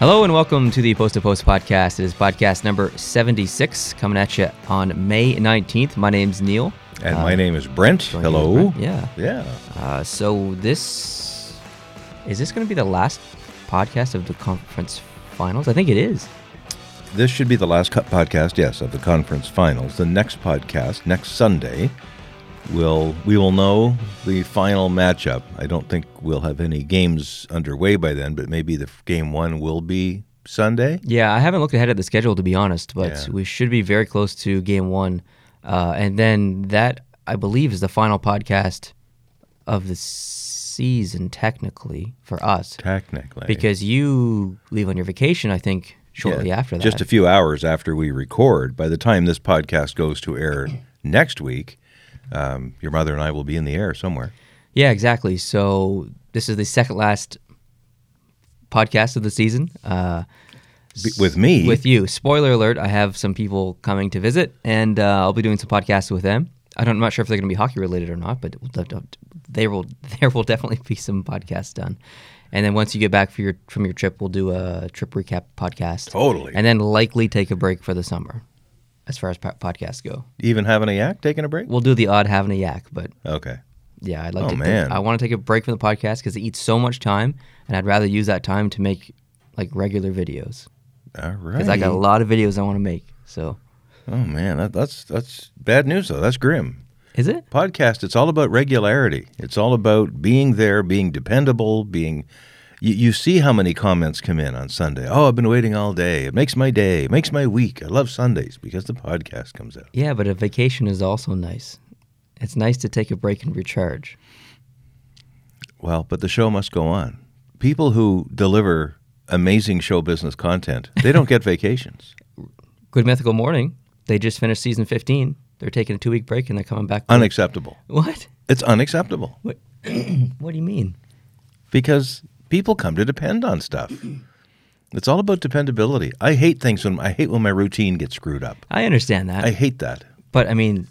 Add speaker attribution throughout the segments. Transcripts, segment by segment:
Speaker 1: Hello and welcome to the Post to Post podcast. It is podcast number 76 coming at you on May 19th. My name's Neil.
Speaker 2: And my name is Brent.
Speaker 1: Joined with
Speaker 2: Hello.
Speaker 1: Brent. Yeah.
Speaker 2: Yeah.
Speaker 1: Uh, so this is this going to be the last podcast of the conference finals? I think it is.
Speaker 2: This should be the last cut podcast, yes, of the conference finals. The next podcast, next Sunday, will we will know the final matchup. I don't think we'll have any games underway by then, but maybe the f- game one will be Sunday.
Speaker 1: Yeah, I haven't looked ahead at the schedule to be honest, but
Speaker 2: Yeah.
Speaker 1: we should be very close to game one, uh, and then that I believe is the final podcast of the season technically for us
Speaker 2: Technically.
Speaker 1: because you leave on your vacation. I think shortly
Speaker 2: Yeah,
Speaker 1: after that.
Speaker 2: Just a few hours after we record. By the time this podcast goes to air next week, um, your mother and I will be in the air somewhere.
Speaker 1: Yeah, exactly. So this is the second last podcast of the season. Uh,
Speaker 2: Be- with me.
Speaker 1: with you. Spoiler alert: I have some people coming to visit, and uh, I'll be doing some podcasts with them. I don't, I'm not sure if they're going to be hockey related or not, but th- th- there will there will definitely be some podcasts done. And then once you get back for your from your trip, we'll do a trip recap podcast.
Speaker 2: Totally.
Speaker 1: And then likely take a break for the summer, as far as po- podcasts go.
Speaker 2: even having a yak, taking a break?
Speaker 1: We'll do the odd having a yak, but
Speaker 2: Okay.
Speaker 1: yeah, I'd like
Speaker 2: Oh,
Speaker 1: to.
Speaker 2: man.
Speaker 1: I want to take a break from the podcast because it eats so much time, and I'd rather use that time to make like regular videos
Speaker 2: All right.
Speaker 1: because I got a lot of videos I want to make. So,
Speaker 2: Oh man, that, that's that's bad news though. That's grim.
Speaker 1: is it?
Speaker 2: Podcast. It's all about regularity. It's all about being there, being dependable, being. You, you see how many comments come in on Sunday. Oh, I've been waiting all day. It makes my day. It makes my week. I love Sundays because the podcast comes out.
Speaker 1: Yeah, but a vacation is also nice. It's nice to take a break and recharge.
Speaker 2: Well, but the show must go on. People who deliver amazing show business content, they don't get vacations
Speaker 1: Good Mythical Morning. They just finished season 15. They're taking a two week break and they're coming back.
Speaker 2: unacceptable.
Speaker 1: what?
Speaker 2: It's unacceptable.
Speaker 1: What do you mean?
Speaker 2: because people come to depend on stuff. It's all about dependability. I hate things when I hate when my routine gets screwed up.
Speaker 1: I understand that.
Speaker 2: I hate that.
Speaker 1: but I mean,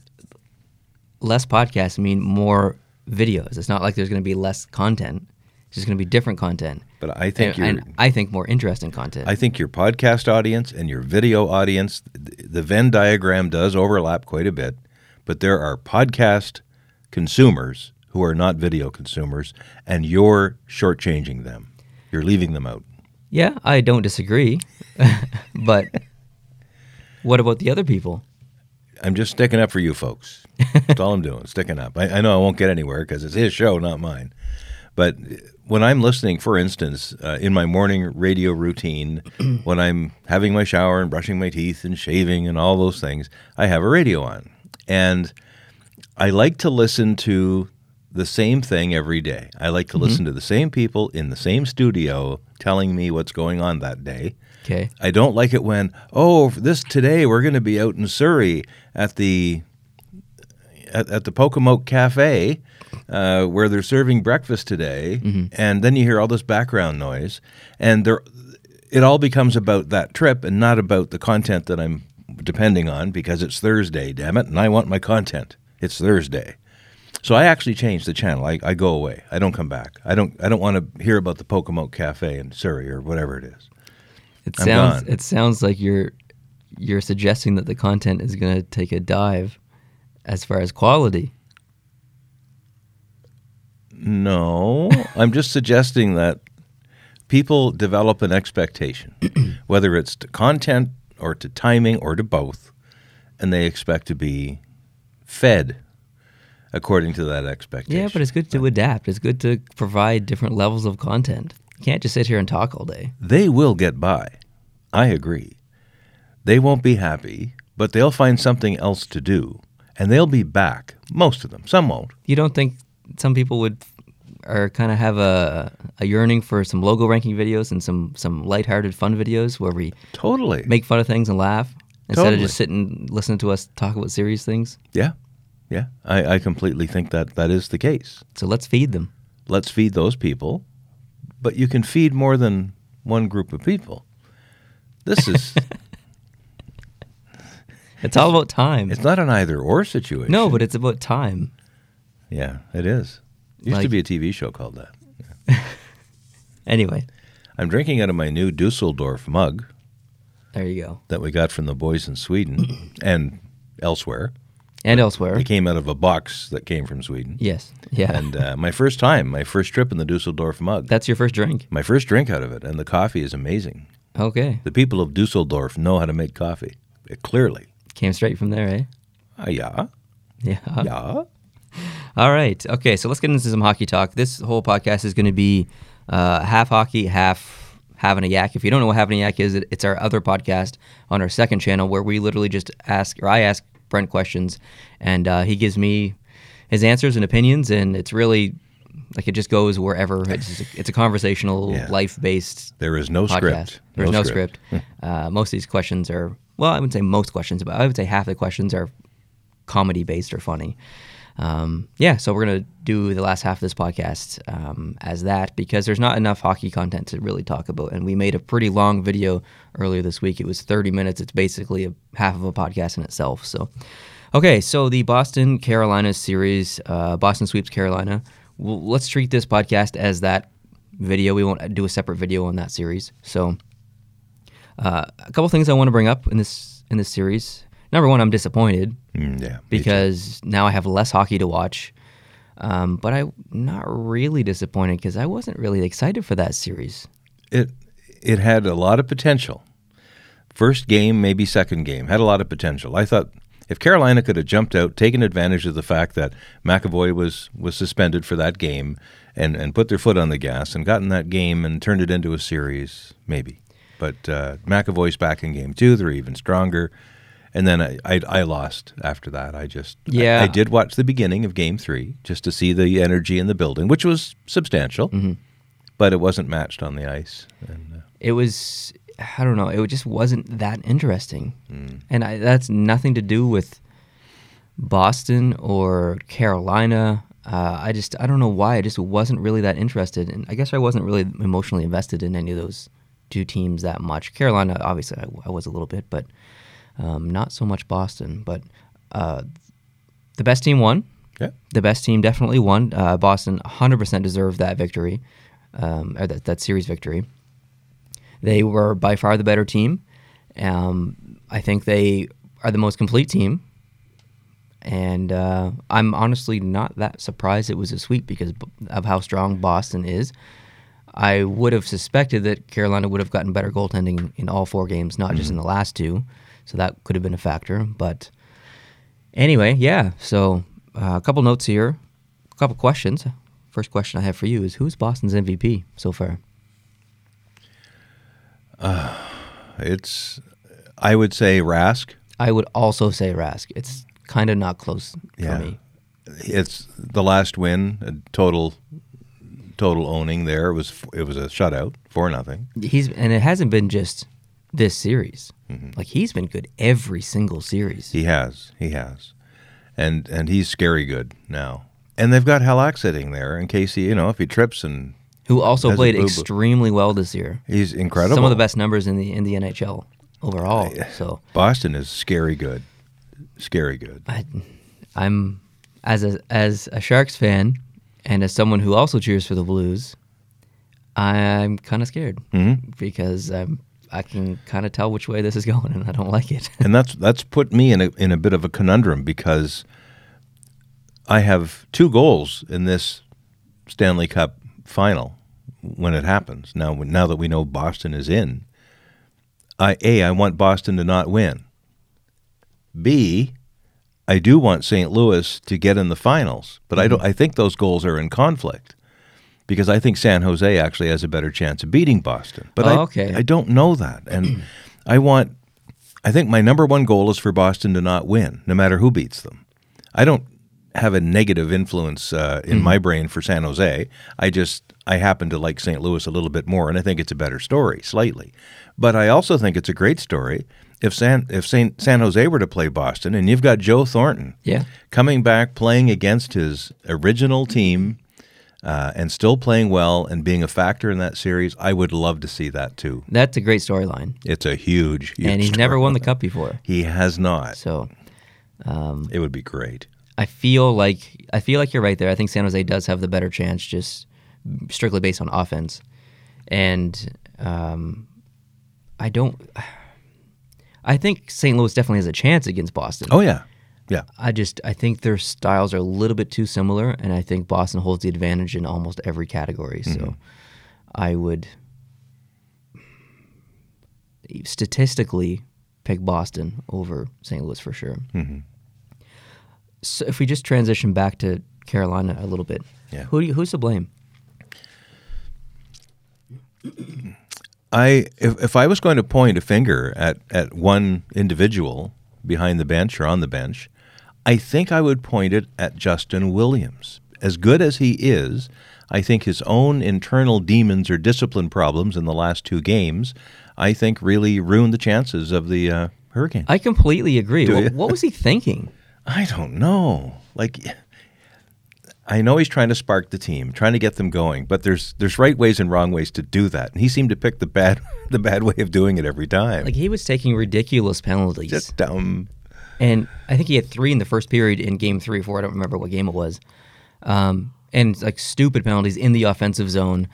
Speaker 1: less podcasts mean more videos. It's not like there's going to be less content, it's just going to be different content.
Speaker 2: But I think
Speaker 1: and,
Speaker 2: your
Speaker 1: and I think more interesting content.
Speaker 2: I think your podcast audience and your video audience, th- the Venn diagram does overlap quite a bit, but there are podcast consumers who are not video consumers, and you're shortchanging them. You're leaving them out.
Speaker 1: yeah, I don't disagree. but what about the other people?
Speaker 2: I'm just sticking up for you folks. That's all I'm doing, sticking up. I, I know I won't get anywhere because it's his show, not mine. But uh, when I'm listening, for instance, uh, in my morning radio routine, when I'm having my shower and brushing my teeth and shaving and all those things, I have a radio on. And I like to listen to the same thing every day. I like to listen to the same people in the same studio telling me what's going on that day.
Speaker 1: Okay.
Speaker 2: I don't like it when oh this today we're going to be out in Surrey at the at, at the Pokemoke Cafe uh, where they're serving breakfast today, and then you hear all this background noise, and there it all becomes about that trip and not about the content that I'm depending on because it's Thursday, damn it, and I want my content. It's Thursday. So I actually change the channel. I, I go away. I don't come back. I don't I don't want to hear about the Pokemoke Cafe in Surrey or whatever it is.
Speaker 1: It
Speaker 2: I'm
Speaker 1: sounds
Speaker 2: gone.
Speaker 1: it sounds like you're you're suggesting that the content is going to take a dive as far as quality.
Speaker 2: No, I'm just suggesting that people develop an expectation, whether it's to content or to timing or to both, and they expect to be fed according to that expectation.
Speaker 1: Yeah, but it's good to adapt. It's good to provide different levels of content. You can't just sit here and talk all day.
Speaker 2: they will get by. I agree. They won't be happy, but they'll find something else to do, and they'll be back. Most of them. Some won't.
Speaker 1: You don't think some people would or kind of have a, a yearning for some logo ranking videos and some some lighthearted fun videos where we
Speaker 2: Totally.
Speaker 1: make fun of things and laugh instead of
Speaker 2: Totally.
Speaker 1: just sitting listening to us talk about serious things.
Speaker 2: Yeah. Yeah. I, I completely think that that is the case.
Speaker 1: So let's feed them.
Speaker 2: let's feed those people, but you can feed more than one group of people. This is
Speaker 1: It's all about time.
Speaker 2: it's not an either or situation.
Speaker 1: no, but it's about time.
Speaker 2: yeah, it is. Used to
Speaker 1: Like-
Speaker 2: be a TV show called that.
Speaker 1: Anyway,
Speaker 2: I'm drinking out of my new Dusseldorf mug
Speaker 1: There you go.
Speaker 2: that we got from the boys in Sweden and elsewhere.
Speaker 1: And elsewhere.
Speaker 2: It came out of a box that came from Sweden.
Speaker 1: Yes. Yeah.
Speaker 2: And uh, my first time, my first trip in the Dusseldorf mug.
Speaker 1: That's your first drink.
Speaker 2: my first drink out of it, and the coffee is amazing.
Speaker 1: Okay.
Speaker 2: The people of Dusseldorf know how to make coffee. Uh, clearly.
Speaker 1: Came straight from there, eh?
Speaker 2: Ah, yeah.
Speaker 1: Yeah.
Speaker 2: Yeah.
Speaker 1: All right. Okay. So let's get into some hockey talk. This whole podcast is going to be uh, half hockey, half having a yak. If you don't know what having a yak is, it, it's our other podcast on our second channel where we literally just ask, or I ask Brent questions, and uh, he gives me his answers and opinions, and it's really like it just goes wherever. It's, it's a conversational,
Speaker 2: Yeah.
Speaker 1: life based
Speaker 2: There is no
Speaker 1: podcast.
Speaker 2: script. Hmm.
Speaker 1: There's no, script. uh, most of these questions are well, I wouldn't say most questions, but I would say half the questions are comedy based or funny. Um, yeah, so we're gonna do the last half of this podcast um, as that because there's not enough hockey content to really talk about, and we made a pretty long video earlier this week. It was 30 minutes. It's basically a half of a podcast in itself. So, okay, so the Boston Carolina series, uh, Boston sweeps Carolina. Well, let's treat this podcast as that video. We won't do a separate video on that series. So uh, a couple things I want to bring up in this in this series. Number one, I'm disappointed
Speaker 2: Mm, yeah. me too.
Speaker 1: because now I have less hockey to watch. Um, but I'm not really disappointed because I wasn't really excited for that series.
Speaker 2: it it had a lot of potential. First game, maybe second game, had a lot of potential. I thought if Carolina could have jumped out, taken advantage of the fact that McAvoy was was suspended for that game, and and put their foot on the gas and gotten that game and turned it into a series, maybe. But uh, McAvoy's back in game two; they're even stronger. And then I, I, I lost after that. I just I-
Speaker 1: Yeah.
Speaker 2: I, did watch the beginning of game three just to see the energy in the building, which was substantial, but it wasn't matched on the ice. And, uh,
Speaker 1: It was I don't know. It just wasn't that interesting, and I, that's nothing to do with Boston or Carolina. Uh, I just I don't know why I just wasn't really that interested, and I guess I wasn't really emotionally invested in any of those two teams that much. Carolina, obviously, I, I was a little bit, but um, not so much Boston. But uh, the best team won.
Speaker 2: Yeah.
Speaker 1: The best team definitely won. Uh, Boston 100% deserved that victory, um, or that, that series victory. They were by far the better team. Um, I think they are the most complete team. And uh, I'm honestly not that surprised it was a sweep because b- of how strong Boston is. I would have suspected that Carolina would have gotten better goaltending in all four games, not just in the last two. So that could have been a factor. But anyway, yeah. So uh, a couple notes here, a couple questions. First question I have for you is who's Boston's MVP so far?
Speaker 2: It's, I would say Rask.
Speaker 1: I would also say Rask. It's kind of not close
Speaker 2: Yeah.
Speaker 1: for me.
Speaker 2: It's the last win, a total, total owning. There it was. It was a shutout, four nothing.
Speaker 1: He's and it hasn't been just this series.
Speaker 2: Mm-hmm.
Speaker 1: Like he's been good every single series.
Speaker 2: He has. He has. And and he's scary good now. And they've got Halak sitting there in case he, you know, if he trips and
Speaker 1: who also
Speaker 2: Hasn't
Speaker 1: played
Speaker 2: boo-boo.
Speaker 1: extremely well this year.
Speaker 2: he's incredible.
Speaker 1: Some of the best numbers in the in the NHL overall. So
Speaker 2: Boston is scary good. Scary good.
Speaker 1: I, I'm as a as a Sharks fan and as someone who also cheers for the Blues, I'm kind of scared because I'm I can kind of tell which way this is going and I don't like it.
Speaker 2: and that's that's put me in a in a bit of a conundrum because I have two goals in this Stanley Cup final when it happens. Now now that we know Boston is in, I a I want Boston to not win. B I do want St. Louis to get in the finals, but I don't I think those goals are in conflict because I think San Jose actually has a better chance of beating Boston. But I
Speaker 1: Oh, okay.
Speaker 2: I don't know that and I want I think my number one goal is for Boston to not win, no matter who beats them. I don't have a negative influence uh, in
Speaker 1: Mm-hmm.
Speaker 2: my brain for San Jose. I just I happen to like St. Louis a little bit more, and I think it's a better story, slightly. But I also think it's a great story if San if San, San Jose were to play Boston, and you've got Joe Thornton
Speaker 1: yeah.
Speaker 2: coming back, playing against his original team, uh, and still playing well and being a factor in that series. I would love to see that too.
Speaker 1: That's a great storyline.
Speaker 2: It's a huge, huge
Speaker 1: And he's never won the cup before.
Speaker 2: he has not.
Speaker 1: So Mm.
Speaker 2: It would be great.
Speaker 1: I feel like I feel like you're right there. I think San Jose does have the better chance, just strictly based on offense. And Um, I don't. I think St. Louis definitely has a chance against Boston.
Speaker 2: Oh yeah, yeah.
Speaker 1: I just I think their styles are a little bit too similar, and I think Boston holds the advantage in almost every category. So
Speaker 2: Mm-hmm.
Speaker 1: I would statistically pick Boston over St. Louis for sure.
Speaker 2: Mm-hmm.
Speaker 1: So if we just transition back to Carolina a little bit,
Speaker 2: Yeah.
Speaker 1: who do you, who's to blame?
Speaker 2: I if, if I was going to point a finger at, at one individual behind the bench or on the bench, I think I would point it at Justin Williams. As good as he is, I think his own internal demons or discipline problems in the last two games, I think really ruined the chances of the uh, Hurricane.
Speaker 1: I completely agree.
Speaker 2: you?
Speaker 1: What, what was he thinking?
Speaker 2: I don't know. Like, I know he's trying to spark the team, trying to get them going, but there's there's right ways and wrong ways to do that, and he seemed to pick the bad the bad way of doing it every time.
Speaker 1: Like he was taking ridiculous penalties,
Speaker 2: just dumb.
Speaker 1: and I think he had three in the first period in game three or four. I don't remember what game it was, um, and like stupid penalties in the offensive zone.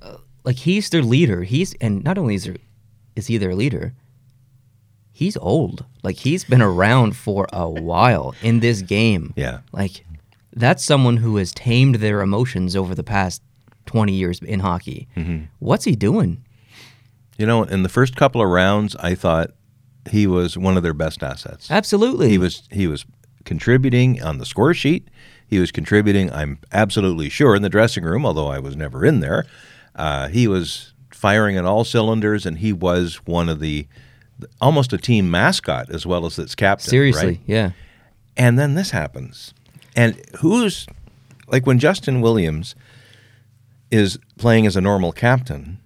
Speaker 1: Uh, Like he's their leader. He's and not only is there, is he their leader. He's old. Like he's been around for a while in this game.
Speaker 2: Yeah.
Speaker 1: Like that's someone who has tamed their emotions over the past twenty years in hockey.
Speaker 2: Mm-hmm.
Speaker 1: What's he doing?
Speaker 2: You know, in the first couple of rounds, I thought he was one of their best assets.
Speaker 1: Absolutely.
Speaker 2: He was he was contributing on the score sheet. He was contributing. I'm absolutely sure in the dressing room, although I was never in there. Uh, he was firing at all cylinders, and he was one of the almost a team mascot as well as its captain.
Speaker 1: Seriously,
Speaker 2: right?
Speaker 1: yeah.
Speaker 2: And then this happens. And who's like when Justin Williams is playing as a normal captain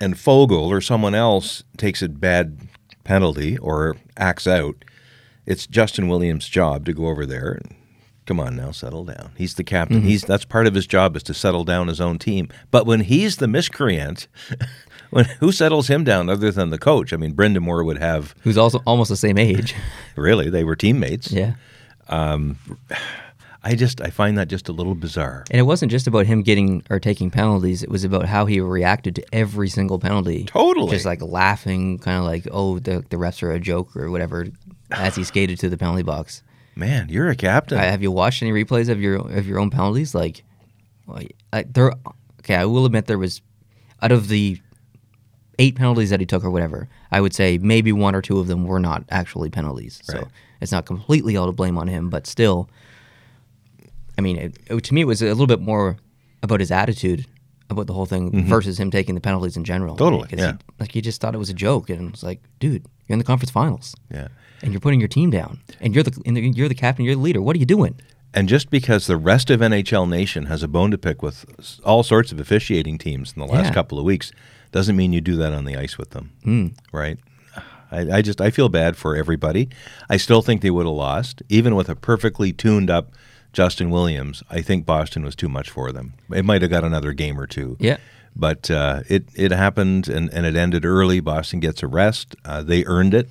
Speaker 2: and Fogel or someone else takes a bad penalty or acts out, it's Justin Williams' job to go over there and come on now, settle down. He's the captain. He's that's part of his job is to settle down his own team. But when he's the miscreant, when who settles him down other than the coach? I mean, Brendan Moore would have
Speaker 1: Who's also almost the same age.
Speaker 2: really, they were teammates.
Speaker 1: yeah.
Speaker 2: I just I find that just a little bizarre.
Speaker 1: And it wasn't just about him getting or taking penalties, it was about how he reacted to every single penalty.
Speaker 2: Totally.
Speaker 1: Just like laughing, kind of like, oh, the, the refs are a joke or whatever as he skated to the penalty box.
Speaker 2: Man, you're a captain.
Speaker 1: I, have you watched any replays of your of your own penalties? Like, like, I, there. Okay, I will admit there was, out of the eight penalties that he took or whatever, I would say maybe one or two of them were not actually penalties.
Speaker 2: Right.
Speaker 1: So it's not completely all to blame on him, but still, I mean, it, it- to me, it was a little bit more about his attitude about the whole thing versus him taking the penalties in general.
Speaker 2: Mm-hmm. Totally,
Speaker 1: Because
Speaker 2: yeah.
Speaker 1: He, like he just thought it was a joke, and it's like, dude, you're in the conference finals
Speaker 2: yeah.
Speaker 1: and you're putting your team down, and you're the and you're the captain, you're the leader. What are you doing?
Speaker 2: And just because the rest of NHL Nation has a bone to pick with s- all sorts of officiating teams in the last
Speaker 1: Yeah. Hmm.
Speaker 2: couple of weeks, doesn't mean you do that on the ice with them, mm. right? I, I just I feel bad for everybody. I still think they would have lost, even with a perfectly tuned up Justin Williams. I think Boston was too much for them. It might have got another game or two.
Speaker 1: Yeah.
Speaker 2: But uh, it it happened and, and it ended early. Boston gets a rest. Uh, they earned it.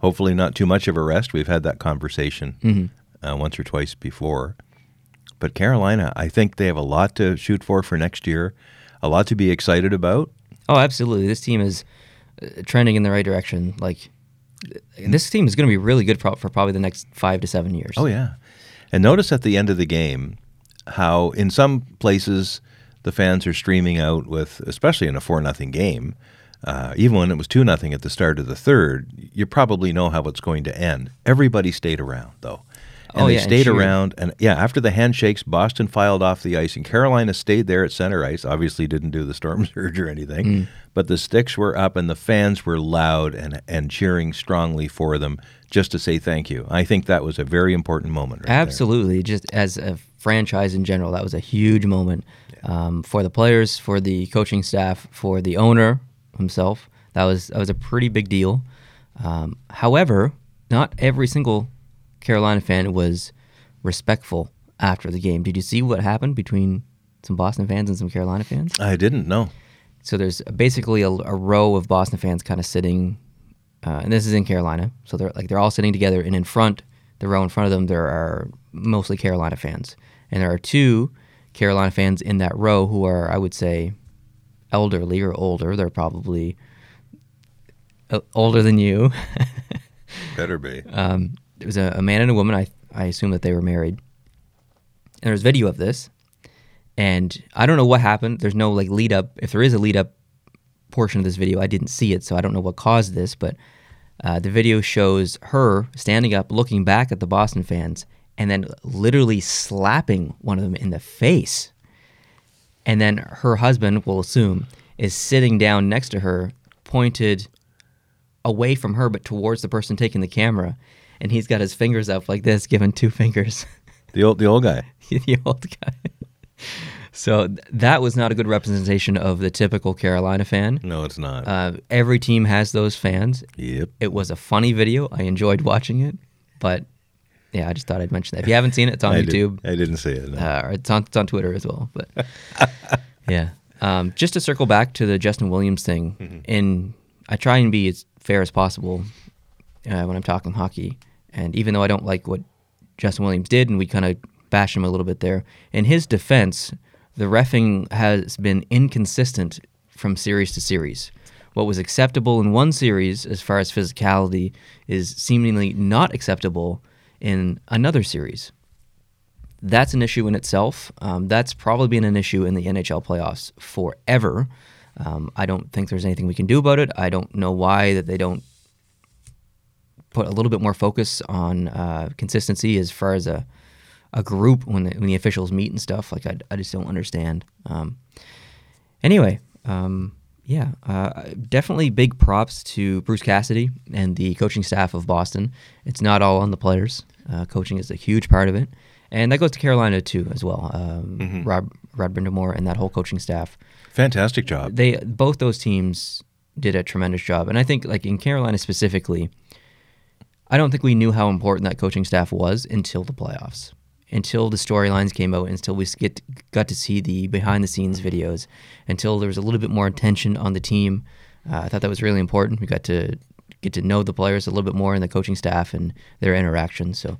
Speaker 2: Hopefully, not too much of a rest. We've had that conversation uh, once or twice before. But Carolina, I think they have a lot to shoot for for next year, a lot to be excited about.
Speaker 1: Oh, absolutely. This team is uh, trending in the right direction. Like this team is going to be really good pro- for probably the next five to seven years.
Speaker 2: Oh yeah, and notice at the end of the game how in some places the fans are streaming out with, especially in a four nothing game. Uh, even when it was two nothing at the start of the third, you probably know how it's going to end. Everybody stayed around though. And
Speaker 1: Oh,
Speaker 2: they
Speaker 1: yeah, and
Speaker 2: stayed
Speaker 1: cheered.
Speaker 2: around, and yeah, after the handshakes, Boston filed off the ice, and Carolina stayed there at center ice. Obviously, didn't do the storm surge or anything,
Speaker 1: Mm.
Speaker 2: but the sticks were up, and the fans were loud and and cheering strongly for them, just to say thank you. I think that was a very important moment. Right there.
Speaker 1: absolutely. Just as a franchise in general, that was a huge moment um, for the players, for the coaching staff, for the owner himself. That was that was a pretty big deal. Um, however, not every single Carolina fan was respectful after the game. Did you see what happened between some Boston fans and some Carolina fans?
Speaker 2: I didn't know.
Speaker 1: So there's basically a, a row of Boston fans kind of sitting, uh, and this is in Carolina. So they're like they're all sitting together, and in front, the row in front of them, there are mostly Carolina fans, and there are two Carolina fans in that row who are, I would say, elderly or older. They're probably uh, older than you.
Speaker 2: Better be.
Speaker 1: um, it was a, a man and a woman. I I assume that they were married. And there's video of this, and I don't know what happened. There's no like lead up. If there is a lead up portion of this video, I didn't see it, so I don't know what caused this. But uh, the video shows her standing up, looking back at the Boston fans, and then literally slapping one of them in the face. And then her husband, we'll assume, is sitting down next to her, pointed away from her but towards the person taking the camera and he's got his fingers up like this giving two fingers
Speaker 2: the old the old guy.
Speaker 1: the old guy so th- that was not a good representation of the typical carolina fan
Speaker 2: No, it's not.
Speaker 1: uh, every team has those fans
Speaker 2: yep.
Speaker 1: it was a funny video i enjoyed watching it but yeah i just thought i'd mention that if you haven't seen it it's on
Speaker 2: I
Speaker 1: youtube
Speaker 2: Did, I didn't see it. no.
Speaker 1: uh, or it's on it's on Twitter as well. But yeah, um, just to circle back to the Justin Williams thing, and I try and be as fair as possible uh, when I'm talking hockey. And even though I don't like what Justin Williams did, and we kind of bash him a little bit there, in his defense, the refing has been inconsistent from series to series. What was acceptable in one series as far as physicality is seemingly not acceptable in another series that's an issue in itself. Um, that's probably been an issue in the NHL playoffs forever. Um, I don't think there's anything we can do about it. I don't know why that they don't put a little bit more focus on uh, consistency as far as a a group when the, when the officials meet and stuff. Like I, I just don't understand. Um, anyway, um, yeah, uh, definitely big props to Bruce Cassidy and the coaching staff of Boston. It's not all on the players. Uh, coaching is a huge part of it, and that goes to Carolina too as well. Um, Rob Rod Brindamore and that whole coaching staff.
Speaker 2: Fantastic job.
Speaker 1: They both those teams did a tremendous job, and I think like in Carolina specifically, I don't think we knew how important that coaching staff was until the playoffs, until the storylines came out, until we get got to see the behind the scenes videos, until there was a little bit more attention on the team. Uh, I thought that was really important. We got to get to know the players a little bit more and the coaching staff and their interactions. So.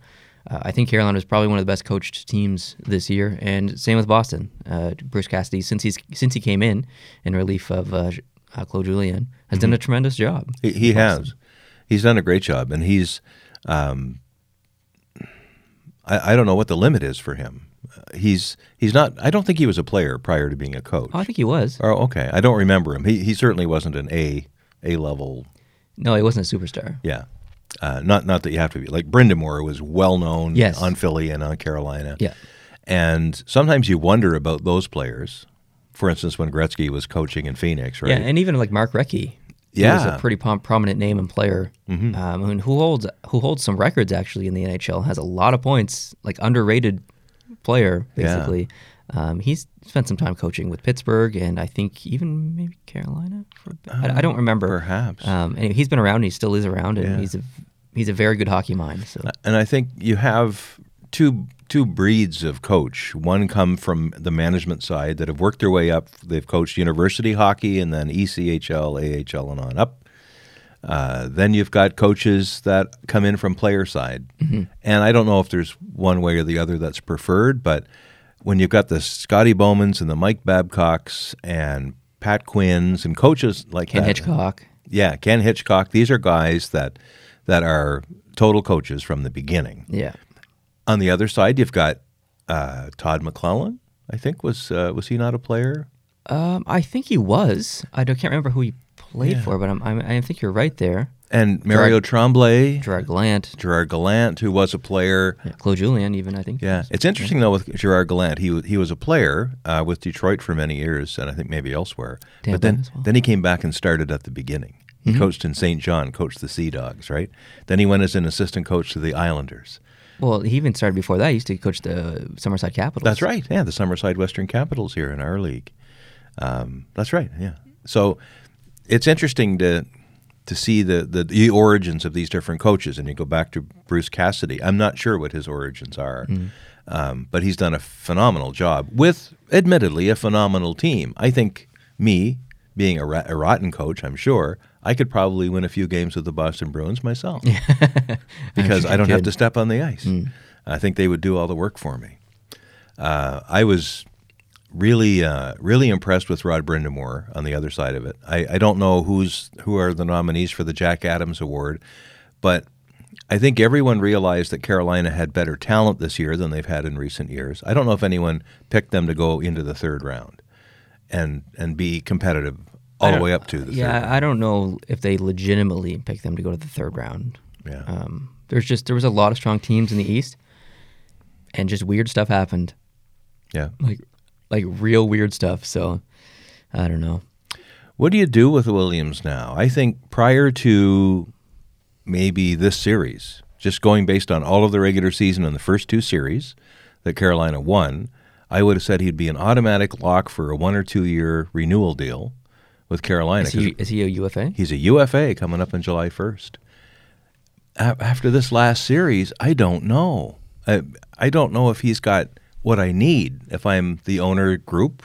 Speaker 1: Uh, I think Carolina is probably one of the best coached teams this year, and same with Boston. Uh, Bruce Cassidy, since he's since he came in in relief of uh, uh, Claude Julien, has done a tremendous job.
Speaker 2: He, he has. He's done a great job, and he's. Um, I, I don't know what the limit is for him. Uh, He's he's not. I don't think he was a player prior to being a coach.
Speaker 1: Oh, I think he was.
Speaker 2: Oh, okay. I don't remember him. He he certainly wasn't an A A level.
Speaker 1: No, he wasn't a superstar.
Speaker 2: Yeah. Uh, not not that you have to be like Brindamore was well known
Speaker 1: Yes.
Speaker 2: on Philly and on Carolina.
Speaker 1: Yeah.
Speaker 2: And sometimes you wonder about those players. For instance, when Gretzky was coaching in Phoenix, right?
Speaker 1: Yeah, and even like Mark Recchi, who was
Speaker 2: Yeah. Mm-hmm.
Speaker 1: a pretty prom- prominent name and player, um, and who holds who holds some records actually in the NHL, has a lot of points, like underrated player
Speaker 2: Yeah.
Speaker 1: basically. Um, he's spent some time coaching with Pittsburgh, and I think even maybe Carolina. For, I, I don't remember.
Speaker 2: perhaps.
Speaker 1: Um, anyway, he's been around. and He still is around, and he's a he's a very good hockey mind. So
Speaker 2: And I think you have two two breeds of coach. One come from the management side that have worked their way up. They've coached university hockey and then E ECHL, AHL, and on up. Uh, then you've got coaches that come in from player side, and I don't know if there's one way or the other that's preferred. But when you've got the Scotty Bowmans and the Mike Babcocks and Pat Quinns and coaches like
Speaker 1: Ken
Speaker 2: that,
Speaker 1: Hitchcock.
Speaker 2: yeah, Ken Hitchcock. These are guys that that are total coaches from the beginning.
Speaker 1: Yeah.
Speaker 2: On the other side, you've got uh, Todd McClellan. I think was uh, was he not a player?
Speaker 1: Um, I think he was. I don't, can't remember who he played for, but I'm, I'm, I think you're right there.
Speaker 2: And Mario Tremblay,
Speaker 1: Gerard Glant,
Speaker 2: Gerard Gallant, who was a player.
Speaker 1: yeah. Uh, Claude Julien, even I think.
Speaker 2: Yeah, it's interesting though with Gerard Gallant. He wa- he was a player uh, with Detroit for many years, and I think maybe elsewhere.
Speaker 1: Tampa
Speaker 2: but then
Speaker 1: as well. Mm-hmm.
Speaker 2: then he came back and started at the beginning. He coached in St. John, coached the Sea Dogs, right? Then he went as an assistant coach to the Islanders.
Speaker 1: Well, he even started before that. He used to coach the Summerside Capitals.
Speaker 2: That's right. Yeah, the Summerside Western Capitals here in our league. Um, that's right. Yeah. So it's interesting to to see the, the the origins of these different coaches, and you go back to Bruce Cassidy. I'm not sure what his origins are, um, but he's done a phenomenal job with, admittedly, a phenomenal team. I think me being a, rat, a rotten coach, I'm sure I could probably win a few games with the Boston Bruins myself because
Speaker 1: sure
Speaker 2: I
Speaker 1: you
Speaker 2: don't have
Speaker 1: could.
Speaker 2: to step on the ice. I think they would do all the work for me. Uh, I was really, uh, really impressed with Rod Brindamore on the other side of it. I, I don't know who's who are the nominees for the Jack Adams Award, but I think everyone realized that Carolina had better talent this year than they've had in recent years. I don't know if anyone picked them to go into the third round and and be competitive all the way up to the
Speaker 1: yeah,
Speaker 2: third.
Speaker 1: I don't know if they legitimately picked them to go to the third round.
Speaker 2: Yeah.
Speaker 1: Um, there's just there was a lot of strong teams in the East, and just weird stuff happened,
Speaker 2: Yeah.
Speaker 1: like like real weird stuff. So I don't know.
Speaker 2: What do you do with Williams now? I think prior to maybe this series, just going based on all of the regular season and the first two series that Carolina won, I would have said he'd be an automatic lock for a one or two year renewal deal with Carolina.
Speaker 1: Is he
Speaker 2: 'cause
Speaker 1: is he a UFA?
Speaker 2: he's a UFA coming up on July 1st. A- After this last series, I don't know. I, I don't know if he's got what I need. If I'm the owner group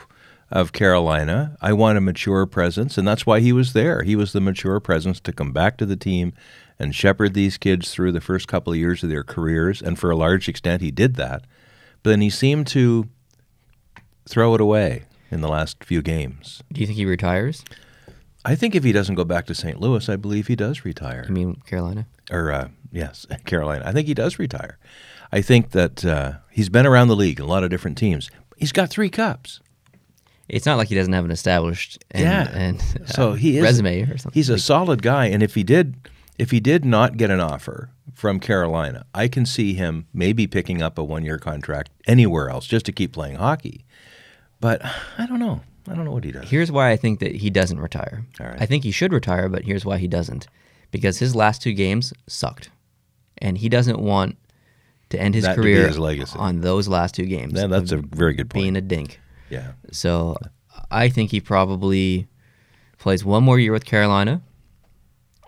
Speaker 2: of Carolina, I want a mature presence, and that's why he was there. He was the mature presence to come back to the team and shepherd these kids through the first couple of years of their careers, and for a large extent, he did that. But then he seemed to throw it away in the last few games.
Speaker 1: Do you think he retires?
Speaker 2: I think if he doesn't go back to St. Louis, I believe he does retire
Speaker 1: I mean Carolina.
Speaker 2: or uh, yes, Carolina. I think he does retire. I think that uh, he's been around the league, a lot of different teams. He's got three cups.
Speaker 1: It's not like he doesn't have an established and,
Speaker 2: yeah,
Speaker 1: and uh,
Speaker 2: so he is
Speaker 1: resume or something.
Speaker 2: He's a solid guy, and if he did, if he did not get an offer from Carolina, I can see him maybe picking up a one-year contract anywhere else just to keep playing hockey. But I don't know. I don't know what he does.
Speaker 1: Here's why I think that he doesn't retire.
Speaker 2: All right.
Speaker 1: I think he should retire, but here's why he doesn't. Because his last two games sucked. And he doesn't want to end his
Speaker 2: That to be
Speaker 1: career
Speaker 2: his legacy.
Speaker 1: on those last two games.
Speaker 2: Yeah, that's a
Speaker 1: of
Speaker 2: very good point.
Speaker 1: being a dink.
Speaker 2: yeah.
Speaker 1: So I think he probably plays one more year with Carolina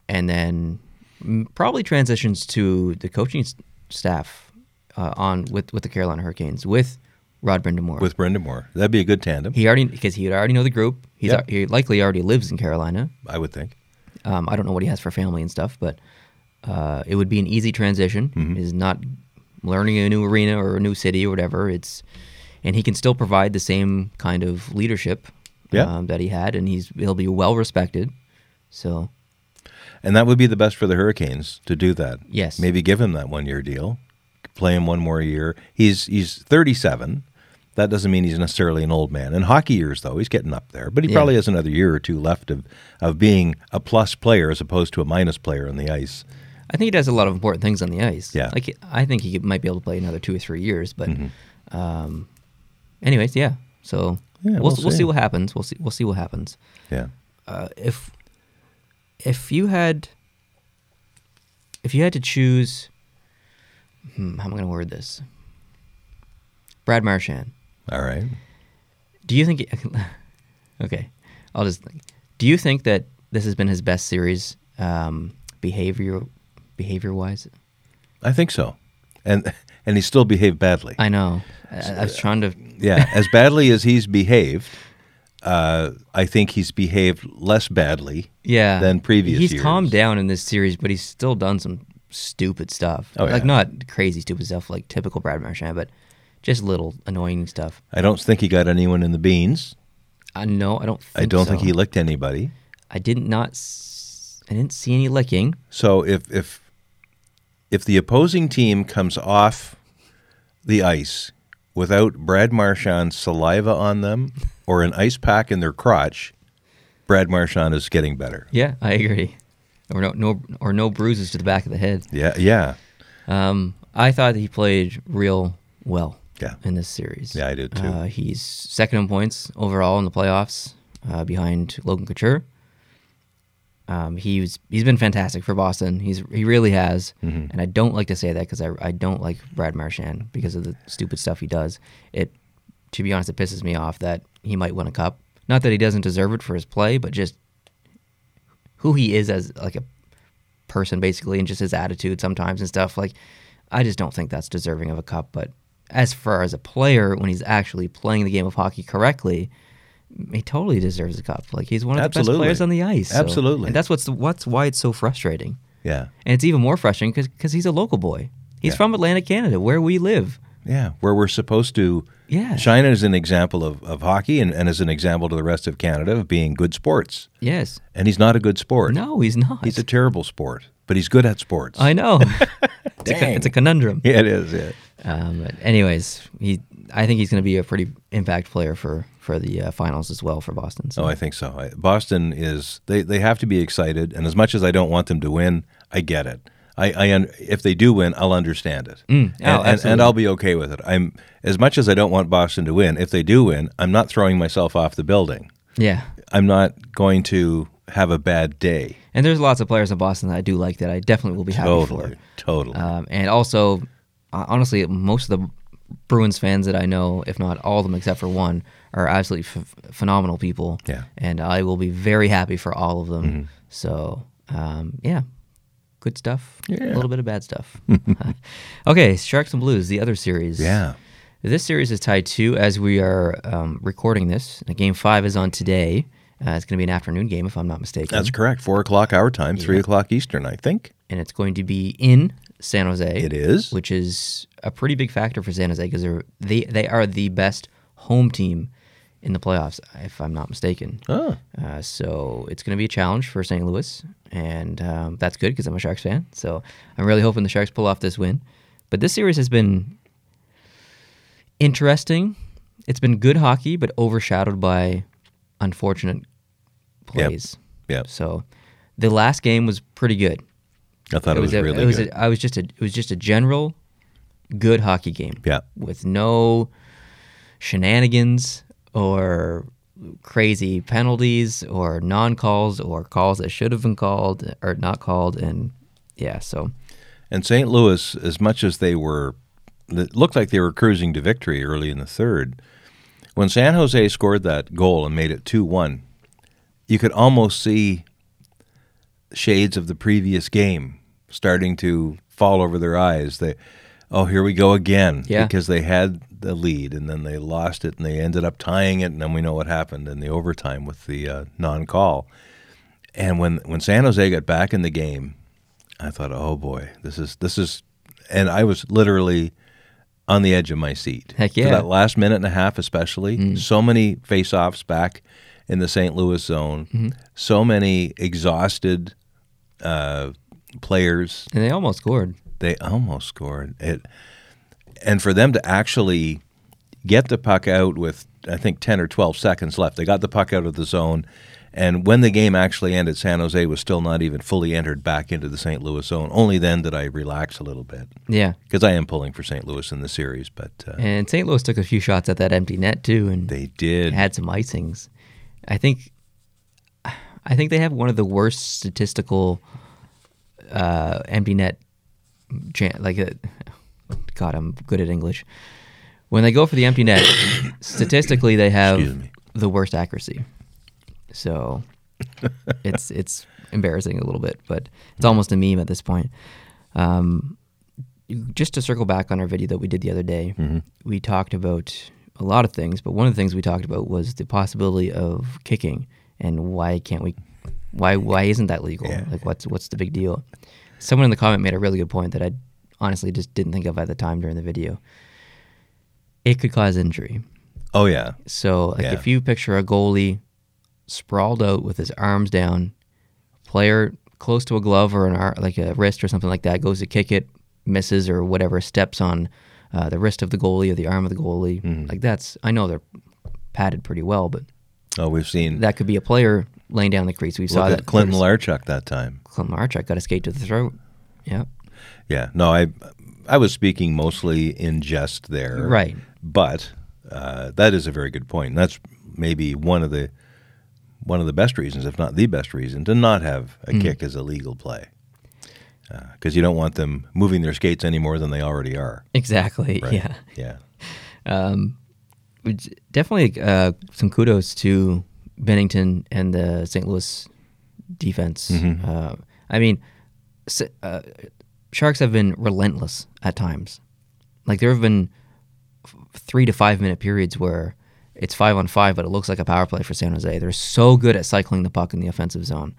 Speaker 1: and then mm, probably transitions to the coaching s- staff uh, on with, with the Carolina Hurricanes with Rod Brindamore.
Speaker 2: With Brendan Moore, that'd be a good tandem,
Speaker 1: He already because he would already know the group. He's
Speaker 2: Yep.
Speaker 1: al- he likely already lives in Carolina.
Speaker 2: I would think.
Speaker 1: Um, I don't know what he has for family and stuff, but uh, it would be an easy transition.
Speaker 2: Mm-hmm.
Speaker 1: Is not learning a new arena or a new city or whatever. It's and he can still provide the same kind of leadership
Speaker 2: Yeah.
Speaker 1: um, that he had, and he's he'll be well respected. So
Speaker 2: And that would be the best for the Hurricanes to do that.
Speaker 1: Yes.
Speaker 2: Maybe give him that one year deal, play him one more year. He's he's 37. That doesn't mean he's necessarily an old man. In hockey years, though, he's getting up there. But he
Speaker 1: Yeah.
Speaker 2: probably has another year or two left of, of being a plus player as opposed to a minus player on the ice.
Speaker 1: I think he does a lot of important things on the ice.
Speaker 2: Yeah.
Speaker 1: like I think he might be able to play another two or three years, but um, anyways, yeah. So
Speaker 2: Mm-hmm. Yeah,
Speaker 1: we'll
Speaker 2: we'll
Speaker 1: we'll see
Speaker 2: see.
Speaker 1: what happens. We'll see we'll see what happens.
Speaker 2: Yeah.
Speaker 1: uh, if if you had if you had to choose hmm, how am I going to word this? Brad Marchand.
Speaker 2: All right.
Speaker 1: Do you think Okay. I'll just think. Do you think that this has been his best series um, behavior behavior wise?
Speaker 2: I think so. And and he still behaved badly.
Speaker 1: I know. I, I was trying to
Speaker 2: yeah. as badly as he's behaved, uh, I think he's behaved less badly
Speaker 1: yeah.
Speaker 2: than previous
Speaker 1: He's
Speaker 2: years.
Speaker 1: calmed down in this series, but he's still done some stupid stuff.
Speaker 2: Oh,
Speaker 1: like
Speaker 2: yeah.
Speaker 1: not crazy stupid stuff like typical Brad Marchand, but just little annoying stuff.
Speaker 2: I don't think he got anyone in the beans.
Speaker 1: Uh, no, I don't. Think
Speaker 2: I don't think
Speaker 1: so.
Speaker 2: he licked anybody.
Speaker 1: I did not. S- I didn't see any licking.
Speaker 2: So if if if the opposing team comes off the ice without Brad Marchand's saliva on them or an ice pack in their crotch, Brad Marchand is getting better.
Speaker 1: Yeah, I agree. Or no, no, or no bruises to the back of the head.
Speaker 2: Yeah, yeah,
Speaker 1: Um, I thought that he played real well.
Speaker 2: Yeah.
Speaker 1: In this series.
Speaker 2: Yeah, I did too.
Speaker 1: Uh, he's second in points overall in the playoffs, uh, behind Logan Couture. Um, he's he's been fantastic for Boston. He's he really has,
Speaker 2: Mm-hmm.
Speaker 1: and I don't like to say that because I, I don't like Brad Marchand because of the stupid stuff he does. It, to be honest, it pisses me off that he might win a cup. Not that he doesn't deserve it for his play, but just who he is as like a person basically, and just his attitude sometimes and stuff. Like, I just don't think that's deserving of a cup. But as far as a player, when he's actually playing the game of hockey correctly, he totally deserves a cup. Like he's one of the
Speaker 2: Absolutely.
Speaker 1: best players on the ice. so-
Speaker 2: Absolutely.
Speaker 1: and that's what's what's why it's so frustrating.
Speaker 2: yeah.
Speaker 1: And it's even more frustrating because he's a local boy. He's
Speaker 2: Yeah.
Speaker 1: from Atlanta, Canada, where we live.
Speaker 2: Yeah, where we're supposed to.
Speaker 1: Yeah.
Speaker 2: China is an example of, of hockey and, and is an example to the rest of Canada of being good sports.
Speaker 1: Yes.
Speaker 2: And he's not a good sport.
Speaker 1: No, he's not.
Speaker 2: He's a terrible sport, but he's good at sports.
Speaker 1: I know. it's, a,
Speaker 2: Dang.
Speaker 1: con- it's a conundrum.
Speaker 2: yeah, it is. Yeah.
Speaker 1: Um, but anyways, he I think he's going to be a pretty impact player for for the uh, finals as well for Boston. So
Speaker 2: Oh, I think so. I, Boston is they, they have to be excited, and as much as I don't want them to win, I get it. I, I un- if they do win, I'll understand it, and, and, and
Speaker 1: Mm. Oh, absolutely.
Speaker 2: I'll be okay with it. I'm as much as I don't want Boston to win. If they do win, I'm not throwing myself off the building.
Speaker 1: yeah,
Speaker 2: I'm not going to have a bad day.
Speaker 1: and there's lots of players in Boston that I do like that I definitely will be happy
Speaker 2: Totally,
Speaker 1: for.
Speaker 2: totally.
Speaker 1: Um, and also, uh, honestly, most of the Bruins fans that I know, if not all of them except for one, are absolutely ph phenomenal people.
Speaker 2: Yeah. Mm-hmm.
Speaker 1: And I will be very happy for all of them. So, um, yeah, good stuff. A little bit of bad stuff. okay, Sharks and Blues, the other series.
Speaker 2: yeah,
Speaker 1: This series is tied two as we are um, recording this. Uh, Game five is on today. Uh, it's going to be an afternoon game, if I'm not mistaken.
Speaker 2: that's correct. Four o'clock our time, three o'clock Eastern, I think
Speaker 1: and it's going to be in San Jose.
Speaker 2: it is.
Speaker 1: which is a pretty big factor for San Jose because they're they they are the best home team in the playoffs, if I'm not mistaken.
Speaker 2: Oh,
Speaker 1: Uh, so it's going to be a challenge for St. Louis, and um, that's good because I'm a Sharks fan. So I'm really hoping the Sharks pull off this win. But this series has been interesting. It's been good hockey, but overshadowed by unfortunate
Speaker 2: Yep.
Speaker 1: plays.
Speaker 2: Yep.
Speaker 1: So the last game was pretty good
Speaker 2: I thought it was,
Speaker 1: a-
Speaker 2: really
Speaker 1: it was
Speaker 2: good.
Speaker 1: A, I was just a it was just a general good hockey game.
Speaker 2: Yeah.
Speaker 1: With no shenanigans or crazy penalties or non calls or calls that should have been called or not called and yeah, so
Speaker 2: And St. Louis, as much as they were, it looked like they were cruising to victory early in the third. When San Jose scored that goal and made it 2 1, you could almost see shades of the previous game starting to fall over their eyes. They, oh, here we go again.
Speaker 1: Yeah.
Speaker 2: Because they had the lead and then they lost it and they ended up tying it. And then we know what happened in the overtime with the uh, non call. And when, when San Jose got back in the game, I thought, oh boy, this is this is, and I was literally on the edge of my seat.
Speaker 1: Heck
Speaker 2: For
Speaker 1: yeah. Mm.
Speaker 2: that last minute and a half, especially, so many face-offs back in the St. Louis zone,
Speaker 1: Mm-hmm.
Speaker 2: so many exhausted uh, players.
Speaker 1: and they almost scored.
Speaker 2: They almost scored it, and for them to actually get the puck out with I think ten or twelve seconds left, they got the puck out of the zone. And when the game actually ended, San Jose was still not even fully entered back into the St. Louis zone. Only then did I relax a little bit
Speaker 1: Yeah.
Speaker 2: because I am pulling for St. Louis in the series. But uh,
Speaker 1: And St. Louis took a few shots at that empty net too and
Speaker 2: they did.
Speaker 1: had some icings. I think I think they have one of the worst statistical uh, empty net chan like uh, God, I'm good at English. When they go for the empty net, statistically they
Speaker 2: Excuse
Speaker 1: have
Speaker 2: me.
Speaker 1: the worst accuracy. So it's it's embarrassing a little bit, but it's almost a meme at this point. Um, just to circle back on our video that we did the other day, we talked about a lot of things, but one of the things we talked about was the possibility of kicking and why can't we why why isn't that legal? Like what's what's the big deal? Someone in the comment made a really good point that I honestly just didn't think of at the time during the video. It could cause injury.
Speaker 2: Oh yeah,
Speaker 1: So like
Speaker 2: Yeah.
Speaker 1: if you picture a goalie sprawled out with his arms down, player close to a glove or an ar- like a wrist or something like that goes to kick it, misses or whatever, steps on uh, the wrist of the goalie or the arm of the goalie.
Speaker 2: Mm-hmm.
Speaker 1: Like that's I know they're padded pretty well, but
Speaker 2: Oh, we've seen
Speaker 1: that could be a player laying down in the crease. We saw
Speaker 2: Look
Speaker 1: that
Speaker 2: at Clinton Larchuk that time.
Speaker 1: Clinton Larchuk got escaped to the throat. Yeah,
Speaker 2: Yeah. No, I I was speaking mostly in jest there.
Speaker 1: right.
Speaker 2: But uh, that is a very good point. And that's maybe one of the one of the best reasons, if not the best reason, to not have a kick as a legal play. Because you don't want them moving their skates any more than they already are.
Speaker 1: Exactly.
Speaker 2: Right?
Speaker 1: Yeah.
Speaker 2: Yeah.
Speaker 1: It's definitely uh, some kudos to Bennington and the St. Louis defense. Uh, I mean, s- uh, Sharks have been relentless at times. Like there have been f- three to five minute periods where it's five on five, but it looks like a power play for San Jose. They're so good at cycling the puck in the offensive zone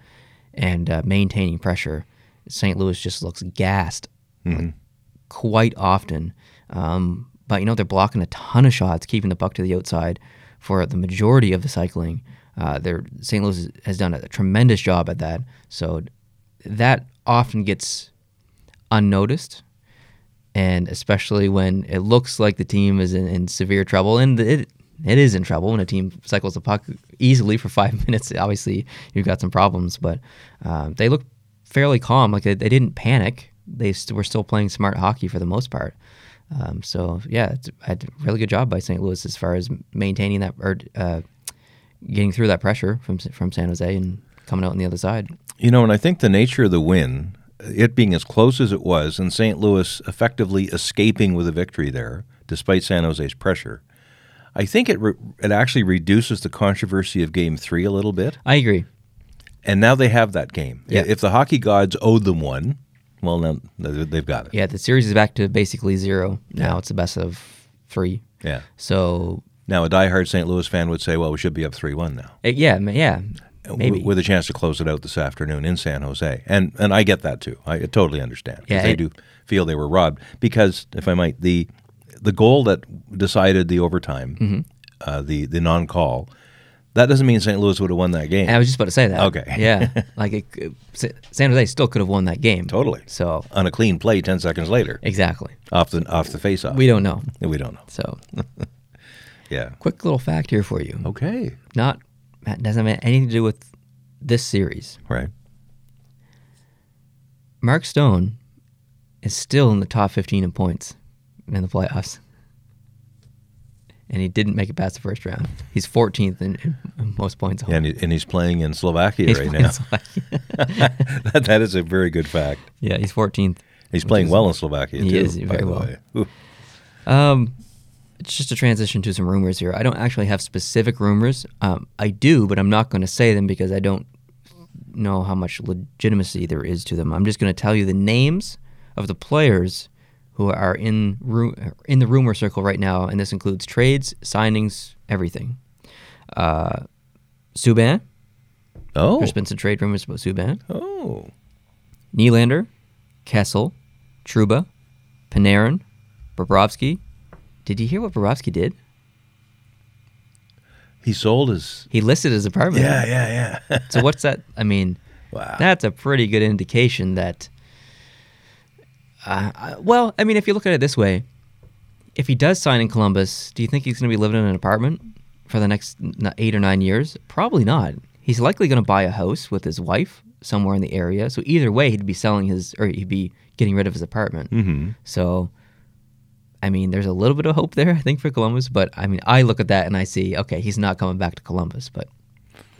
Speaker 1: and uh, maintaining pressure. St. Louis just looks gassed quite often. Um, But you know they're blocking a ton of shots, keeping the puck to the outside for the majority of the cycling. Uh, they're, St. Louis has done a tremendous job at that. So that often gets unnoticed, and especially when it looks like the team is in, in severe trouble, and it it is in trouble when a team cycles the puck easily for five minutes. Obviously, you've got some problems, but um, they look fairly calm. Like they, they didn't panic. They st- were still playing smart hockey for the most part. Um, so yeah, it's a really good job by St. Louis as far as maintaining that or uh, getting through that pressure from from San Jose and coming out on the other side.
Speaker 2: You know, and I think the nature of the win, it being as close as it was, and St. Louis effectively escaping with a victory there, despite San Jose's pressure. I think it re- it actually reduces the controversy of Game Three a little bit,
Speaker 1: I agree.
Speaker 2: and now they have that game. I-
Speaker 1: Yeah.
Speaker 2: If the hockey gods owed them one, well, now th- they've got it.
Speaker 1: Yeah, the series is back to basically zero now. It's the best of three.
Speaker 2: Yeah.
Speaker 1: So
Speaker 2: Now, a diehard St. Louis fan would say, "Well, we should be up three-one now,
Speaker 1: eh, yeah, ma- yeah,
Speaker 2: Uh, W-
Speaker 1: maybe.
Speaker 2: with a chance to close it out this afternoon in San Jose." And and I get that too. I totally understand. 'cause
Speaker 1: Yeah,
Speaker 2: they
Speaker 1: it-
Speaker 2: do feel they were robbed because, if I might, the the goal that decided the overtime,
Speaker 1: Mm-hmm.
Speaker 2: uh, the the non-call, that doesn't mean St. Louis would have won that game.
Speaker 1: And I was just about to say that.
Speaker 2: Okay.
Speaker 1: yeah, like it, it- Sa- San Jose still could have won that game.
Speaker 2: Totally.
Speaker 1: So
Speaker 2: on a clean play 10 seconds later
Speaker 1: exactly,
Speaker 2: off the off the face off.
Speaker 1: we don't know.
Speaker 2: we don't know.
Speaker 1: So
Speaker 2: Yeah.
Speaker 1: quick little fact here for
Speaker 2: Oh.
Speaker 1: you.
Speaker 2: Okay.
Speaker 1: Not that doesn't have anything to do with this series.
Speaker 2: Right.
Speaker 1: Mark Stone is still in the top 15 in points in the playoffs. And he didn't make it past the first round. He's 14th in, in most points.
Speaker 2: And he, and he's playing in Slovakia
Speaker 1: He's
Speaker 2: right
Speaker 1: playing
Speaker 2: now.
Speaker 1: Slovakia.
Speaker 2: that, that is a very good fact.
Speaker 1: yeah, he's 14th.
Speaker 2: He's playing well in Slovakia
Speaker 1: He
Speaker 2: too.
Speaker 1: is,
Speaker 2: by
Speaker 1: very
Speaker 2: the
Speaker 1: well.
Speaker 2: way. Ooh.
Speaker 1: Um, it's just a transition to some rumors here. I don't actually have specific rumors. Um, I do, but I'm not going to say them because I don't know how much legitimacy there is to them. I'm just going to tell you the names of the players who are in ru- in the rumor circle right now, and this includes trades, signings, everything. Uh, Subban.
Speaker 2: Oh.
Speaker 1: There's been some trade rumors about Subban.
Speaker 2: Oh.
Speaker 1: Nylander, Kessel, Truba, Panarin, Bobrovsky. Did you hear what Bobrovsky did?
Speaker 2: He sold his
Speaker 1: He listed his apartment.
Speaker 2: Yeah, yeah, yeah.
Speaker 1: So what's that? I mean,
Speaker 2: wow.
Speaker 1: that's a pretty good indication that. Uh, I- well, I mean, if you look at it this way, if he does sign in Columbus, do you think he's going to be living in an apartment for the next n- eight or nine years? Probably not. He's likely going to buy a house with his wife somewhere in the area. So either way, he'd be selling his or he'd be getting rid of his apartment. Mm-hmm. So, I mean, there's a little bit of hope there, I think, for Columbus. But I mean, I look at that and I see, okay, he's not coming back to Columbus, but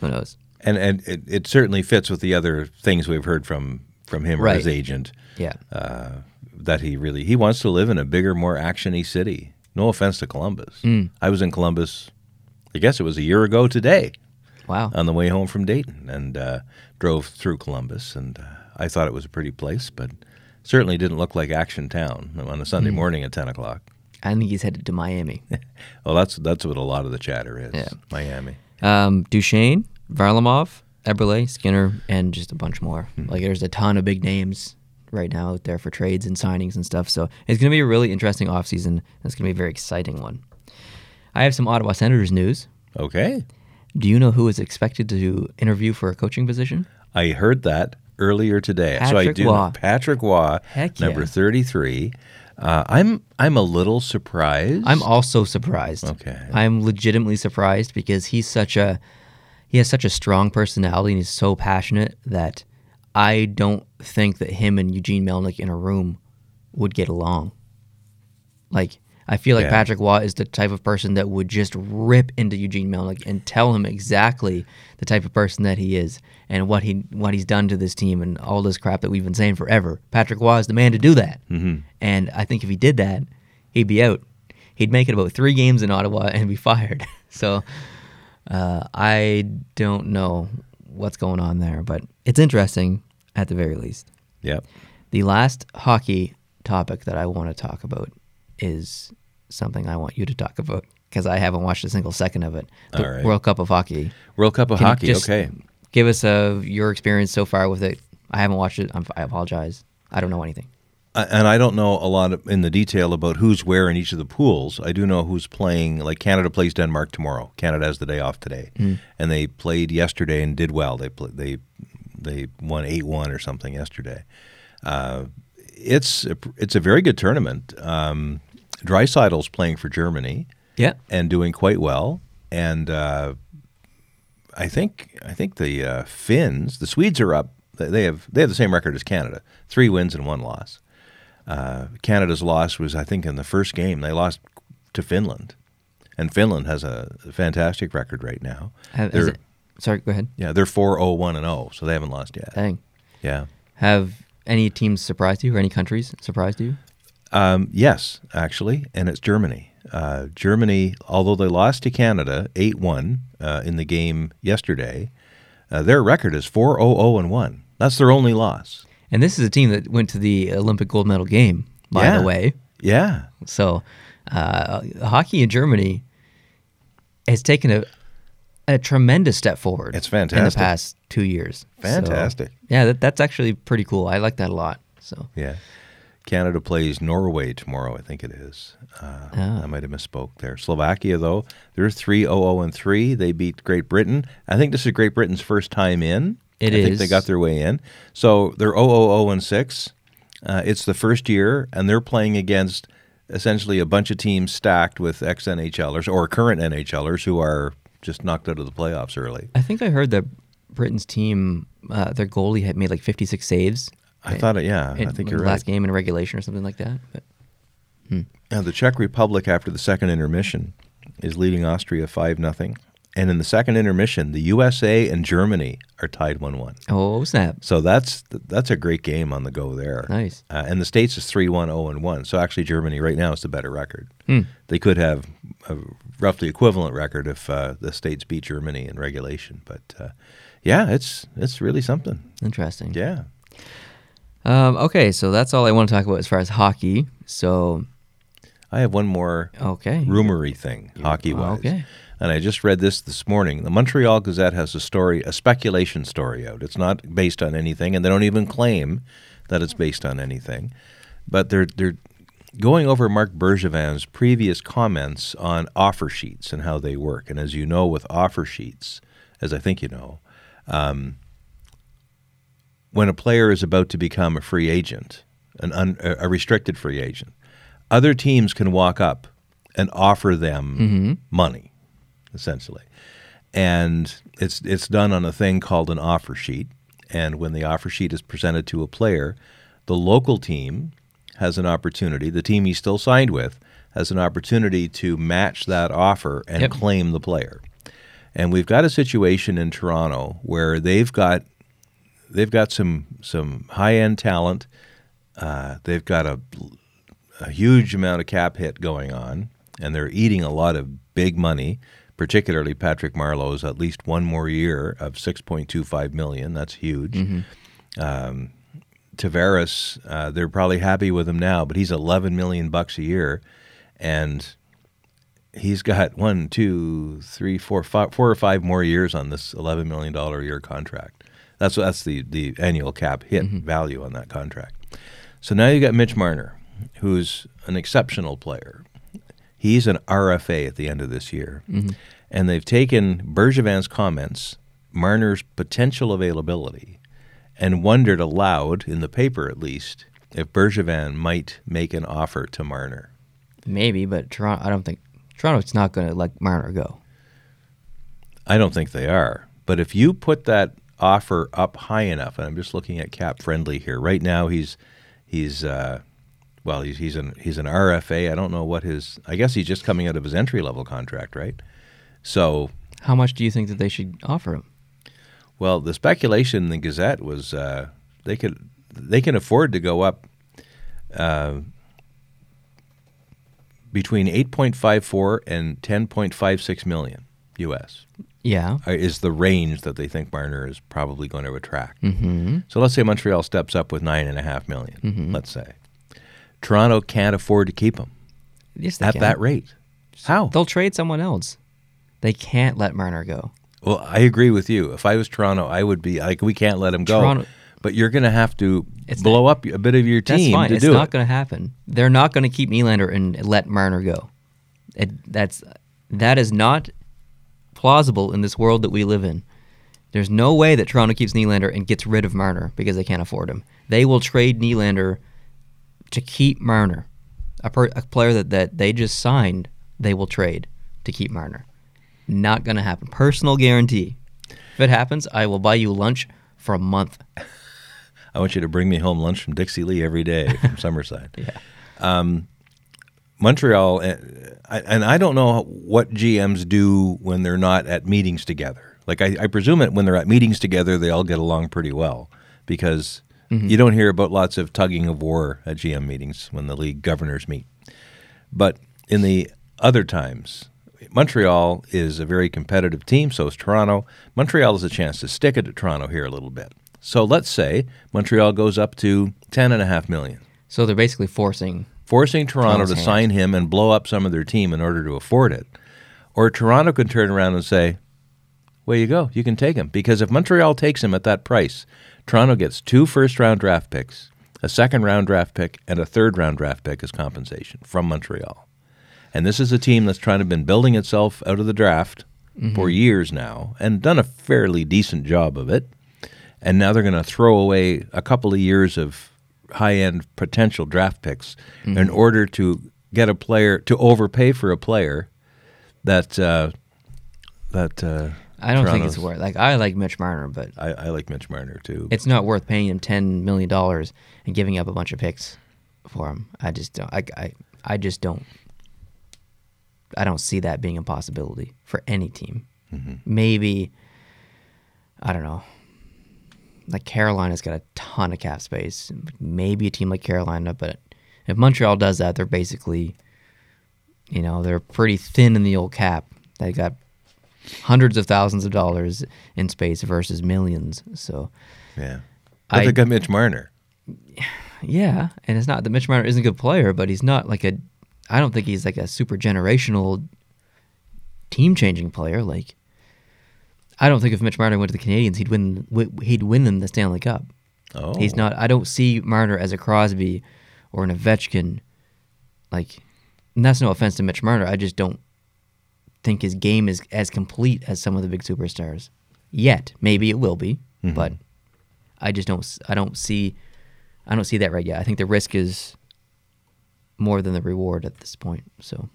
Speaker 1: who knows?
Speaker 2: And and it, it certainly fits with the other things we've heard from from him or his
Speaker 1: Right.
Speaker 2: agent
Speaker 1: Yeah.
Speaker 2: uh, that he really he wants to live in a bigger, more actiony city. No offense to Columbus.
Speaker 1: Hmm.
Speaker 2: I was in Columbus. I guess it was a year ago today.
Speaker 1: Wow.
Speaker 2: on the way home from Dayton and uh, drove through Columbus. And uh, I thought it was a pretty place, but certainly didn't look like Action Town on a
Speaker 1: Hmm.
Speaker 2: Sunday morning at 10 o'clock.
Speaker 1: I think he's headed to Miami.
Speaker 2: Well, that's that's what a lot of the chatter is.
Speaker 1: Yeah.
Speaker 2: Miami.
Speaker 1: um, Duchesne, Varlamov, Eberle, Skinner, and just a bunch more. Like there's a ton of big names right now out there for trades and signings and stuff. So it's going to be a really interesting offseason. It's going to be a very exciting one. I have some Ottawa Senators news.
Speaker 2: Okay.
Speaker 1: Do you know who is expected to interview for a coaching position?
Speaker 2: I heard that earlier today. so I
Speaker 1: Patrick
Speaker 2: do
Speaker 1: Waugh.
Speaker 2: Patrick Waugh,
Speaker 1: Heck
Speaker 2: number
Speaker 1: yeah.
Speaker 2: 33. Uh, I'm I'm a little surprised.
Speaker 1: I'm also surprised.
Speaker 2: Okay.
Speaker 1: I'm legitimately surprised because he's such a he has such a strong personality and he's so passionate that I don't think that him and Eugene Melnick in a room would get along. Like I feel like
Speaker 2: Yeah.
Speaker 1: Patrick Waugh is the type of person that would just rip into Eugene Melnick and tell him exactly the type of person that he is and what he what he's done to this team and all this crap that we've been saying forever. Patrick Waugh is the man to do that, mm-hmm. and I think if he did that, he'd be out. He'd make it about three games in Ottawa and be fired. so uh, I don't know what's going on there, but it's interesting at the very least.
Speaker 2: Yep.
Speaker 1: The last hockey topic that I want to talk about is something I want you to talk about because I haven't watched a single second of it. The
Speaker 2: All right.
Speaker 1: World Cup of Hockey.
Speaker 2: World Cup of
Speaker 1: Can you
Speaker 2: Hockey.
Speaker 1: just
Speaker 2: okay.
Speaker 1: Give us uh your experience so far with it. I haven't watched it. I'm, I apologize. I don't know anything.
Speaker 2: I- and I don't know a lot of, in the detail about who's where in each of the pools. I do know who's playing. Like Canada plays Denmark tomorrow. Canada has the day off today, and they played yesterday and did well. They pl- they they won eight one or something yesterday. Uh, it's a, it's a very good tournament. Um, Dreisaitl's playing for Germany
Speaker 1: Yeah.
Speaker 2: and doing quite well. And uh, I think I think the uh, Finns, the Swedes are up. They- They have they have the same record as Canada: three wins and one loss. Uh, Canada's loss was, I think, in the first game they lost to Finland, and Finland has a fantastic record right now.
Speaker 1: Have, is
Speaker 2: They're-
Speaker 1: it- sorry, go ahead.
Speaker 2: yeah, they're four zero one and zero, so they haven't lost yet.
Speaker 1: Dang.
Speaker 2: Yeah.
Speaker 1: Have any teams surprised you or any countries surprised you?
Speaker 2: Um, yes, actually, and it's Germany. Uh, Germany, although they lost to Canada eight one uh, in the game yesterday, uh, their record is four zero zero and one. That's their only loss.
Speaker 1: And this is a team that went to the Olympic gold medal game, by
Speaker 2: Yeah.
Speaker 1: the way.
Speaker 2: Yeah,
Speaker 1: So, uh, hockey in Germany has taken a a tremendous step forward.
Speaker 2: It's
Speaker 1: in the
Speaker 2: fantastic.
Speaker 1: past two years. So,
Speaker 2: Fantastic.
Speaker 1: yeah, that, that's actually pretty cool. I like that a lot. So,
Speaker 2: yeah. Canada plays Norway tomorrow. I think it is. Uh,
Speaker 1: Ah.
Speaker 2: I might have misspoke there. Slovakia, though, they're three zero zero and three. They beat Great Britain. I think this is Great Britain's first time in.
Speaker 1: It
Speaker 2: I think they
Speaker 1: is.
Speaker 2: got their way in. So they're 0 and 6. Uh, it's the first year, and they're playing against essentially a bunch of teams stacked with ex NHLers or current NHLers who are just knocked out of the playoffs early.
Speaker 1: I think I heard that Britain's team, uh, their goalie had made like 56 saves.
Speaker 2: I thought, it, yeah,
Speaker 1: in
Speaker 2: I think
Speaker 1: the
Speaker 2: you're right.
Speaker 1: last game in regulation or something like that. But
Speaker 2: And the Czech Republic, after the second intermission, is leading Austria 5 0. And in the second intermission, the USA and Germany are tied 1 1.
Speaker 1: oh snap!
Speaker 2: So that's that's a great game on the go there.
Speaker 1: Nice.
Speaker 2: Uh, and the States is 3 1 0 and 1. So actually, Germany right now is the better record. They could have a roughly equivalent record if uh, the States beat Germany in regulation. But uh, yeah, it's it's really something.
Speaker 1: Interesting.
Speaker 2: Yeah.
Speaker 1: Um, okay, so that's all I want to talk about as far as hockey. So
Speaker 2: I have one more
Speaker 1: okay,
Speaker 2: rumory thing, hockey wise.
Speaker 1: okay.
Speaker 2: And I just read this this morning. The Montreal Gazette has a story, a speculation story out. It's not based on anything, and they don't even claim that it's based on anything. But they're they're going over Mark Bergevin's previous comments on offer sheets and how they work. And as you know, with offer sheets, as I think you know, when a player is about to become a free agent, an un, a restricted free agent, other teams can walk up and offer them money, essentially. And it's it's done on a thing called an offer sheet. And when the offer sheet is presented to a player, the local team has an opportunity. The team he's still signed with has an opportunity to match that offer and
Speaker 1: Yep.
Speaker 2: claim the player. And we've got a situation in Toronto where they've got they've got some some high end talent. Uh, they've got a, a huge amount of cap hit going on, and they're eating a lot of big money. Particularly Patrick Marlowe's at least one more year of six point two five million. That's huge. Um, Tavares, uh, they're probably happy with him now, but he's eleven million bucks a year, and he's got one, two, three, four, five, four or five more years on this eleven million dollar a year contract. That's that's the the annual cap hit value on that contract. So now you got Mitch Marner, who's an exceptional player. He's an RFA at the end of this year, and they've taken Bergevin's comments, Marner's potential availability, and wondered aloud in the paper at least if Bergevin might make an offer to Marner.
Speaker 1: maybe, but Toronto. I don't think Toronto's not going to let Marner go.
Speaker 2: I don't think they are. But if you put that offer up high enough, and I'm just looking at cap friendly here right now, he's he's uh, well, he's he's an he's an RFA. I don't know what his. I guess he's just coming out of his entry level contract, right? So,
Speaker 1: How much do you think that they should offer him?
Speaker 2: well, the speculation in the Gazette was uh, they could they can afford to go up. Uh, between 8.54 and 10.56 million US.
Speaker 1: Yeah.
Speaker 2: uh, is the range that they think Marner is probably going to attract. Mm-hmm. So let's say Montreal steps up with nine and a half million,
Speaker 1: Mm-hmm.
Speaker 2: Let's say Toronto can't afford to keep him
Speaker 1: Yes, they
Speaker 2: at
Speaker 1: can.
Speaker 2: that rate. How?
Speaker 1: They'll trade someone else. They can't let Marner go.
Speaker 2: Well, I agree with you. If I was Toronto, I would be like, we can't let him go.
Speaker 1: Toronto-
Speaker 2: but you're going to have to
Speaker 1: It's
Speaker 2: blow up a bit of your
Speaker 1: That's
Speaker 2: team
Speaker 1: fine.
Speaker 2: to
Speaker 1: it's
Speaker 2: do
Speaker 1: not
Speaker 2: it.
Speaker 1: going to happen. They're not going to keep Nylander and let Marner go. It, that's that is not plausible in this world that we live in. There's no way that Toronto keeps Nylander and gets rid of Marner because they can't afford him. They will trade Nylander to keep Marner, a, per, a player that, that they just signed. They will trade to keep Marner. Not going to happen. Personal guarantee. If it happens, I will buy you lunch for a month.
Speaker 2: I want you to bring me home lunch from Dixie Lee every day from Summerside. yeah. Um, Montreal, eh, I- and I don't know what GMs do when they're not at meetings together. Like I, I presume it when they're at meetings together, they all get along pretty well because you don't hear about lots of tugging of war at GM meetings when the league governors meet. But in the other times, Montreal is a very competitive team, so is Toronto. Montreal is a chance to stick it to Toronto here a little bit. So let's say Montreal goes up to ten and a half million,
Speaker 1: So they're basically forcing
Speaker 2: forcing Toronto
Speaker 1: Toronto's
Speaker 2: to
Speaker 1: hand.
Speaker 2: sign him and blow up some of their team in order to afford it. Or Toronto could turn around and say, Way you go, you can take him. Because if Montreal takes him at that price, Toronto gets two first round draft picks, a second round draft pick, and a third round draft pick as compensation from Montreal. And this is a team that's trying to been building itself out of the draft for years now and done a fairly decent job of it. And now they're going to throw away a couple of years of high end potential draft picks in
Speaker 1: Mm-hmm.
Speaker 2: order to get a player to overpay for a player that uh, that uh,
Speaker 1: I don't think
Speaker 2: Toronto's-
Speaker 1: it's worth. Like I like Mitch Marner, but
Speaker 2: I, I like Mitch Marner too.
Speaker 1: it's not worth paying him ten million dollars and giving up a bunch of picks for him. I just don't. I, I I just don't. I don't see that being a possibility for any team. Maybe I don't know. Like Carolina's got a ton of cap space. Maybe a team like Carolina, but if Montreal does that, they're basically, you know, they're pretty thin in the old cap. They got hundreds of thousands of dollars in space versus millions. So
Speaker 2: yeah, but
Speaker 1: I-
Speaker 2: they got Mitch Marner.
Speaker 1: yeah, and it's not that Mitch Marner isn't a good player, but he's not like a. I don't think he's like a super generational, team-changing player. Like, I don't think if Mitch Marner went to the Canadians, he'd win. wi- He'd win them the Stanley Cup.
Speaker 2: Oh,
Speaker 1: He's not. I don't see Marner as a Crosby or an Ovechkin. Like, and that's no offense to Mitch Marner. I just don't think his game is as complete as some of the big superstars yet. Maybe it will be, but I just don't. s- I don't see. I don't see that right yet. I think the risk is more than the reward at this point. So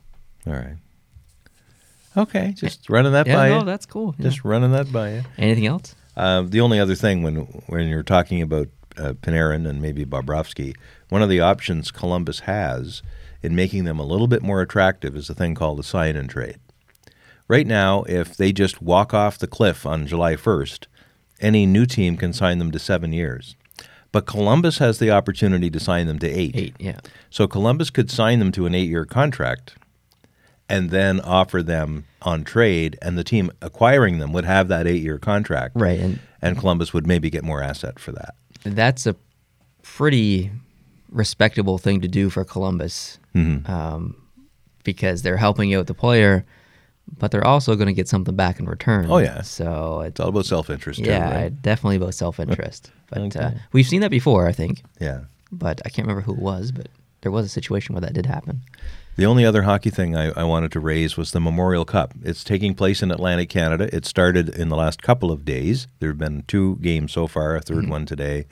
Speaker 2: all right. Okay, just running that by you.
Speaker 1: that's cool.
Speaker 2: just running that by you.
Speaker 1: anything else?
Speaker 2: Uh, the only other thing when when you're talking about uh, Panarin and maybe Bobrovsky, one of the options Columbus has in making them a little bit more attractive is a thing called a sign and trade. Right now, if they just walk off the cliff on July 1st, any new team can sign them to seven years. But Columbus has the opportunity to sign them to
Speaker 1: Eight. Yeah.
Speaker 2: so Columbus could sign them to an eight year contract and then offer them on trade, and the team acquiring them would have that eight year contract.
Speaker 1: Right, and-
Speaker 2: and Columbus would maybe get more asset for that.
Speaker 1: that's a pretty respectable thing to do for Columbus um, because they're helping out the player, but they're also going to get something back in return.
Speaker 2: Oh, yeah.
Speaker 1: So it's
Speaker 2: It's all about self interest,
Speaker 1: yeah,
Speaker 2: too. Right?
Speaker 1: definitely about self interest. But uh, we've seen that before, I think.
Speaker 2: Yeah.
Speaker 1: But I can't remember who it was, but there was a situation where that did happen.
Speaker 2: The only other hockey thing I, I wanted to raise was the Memorial Cup. It's taking place in Atlantic Canada. It started in the last couple of days. There have been two games so far, a 3rd one today.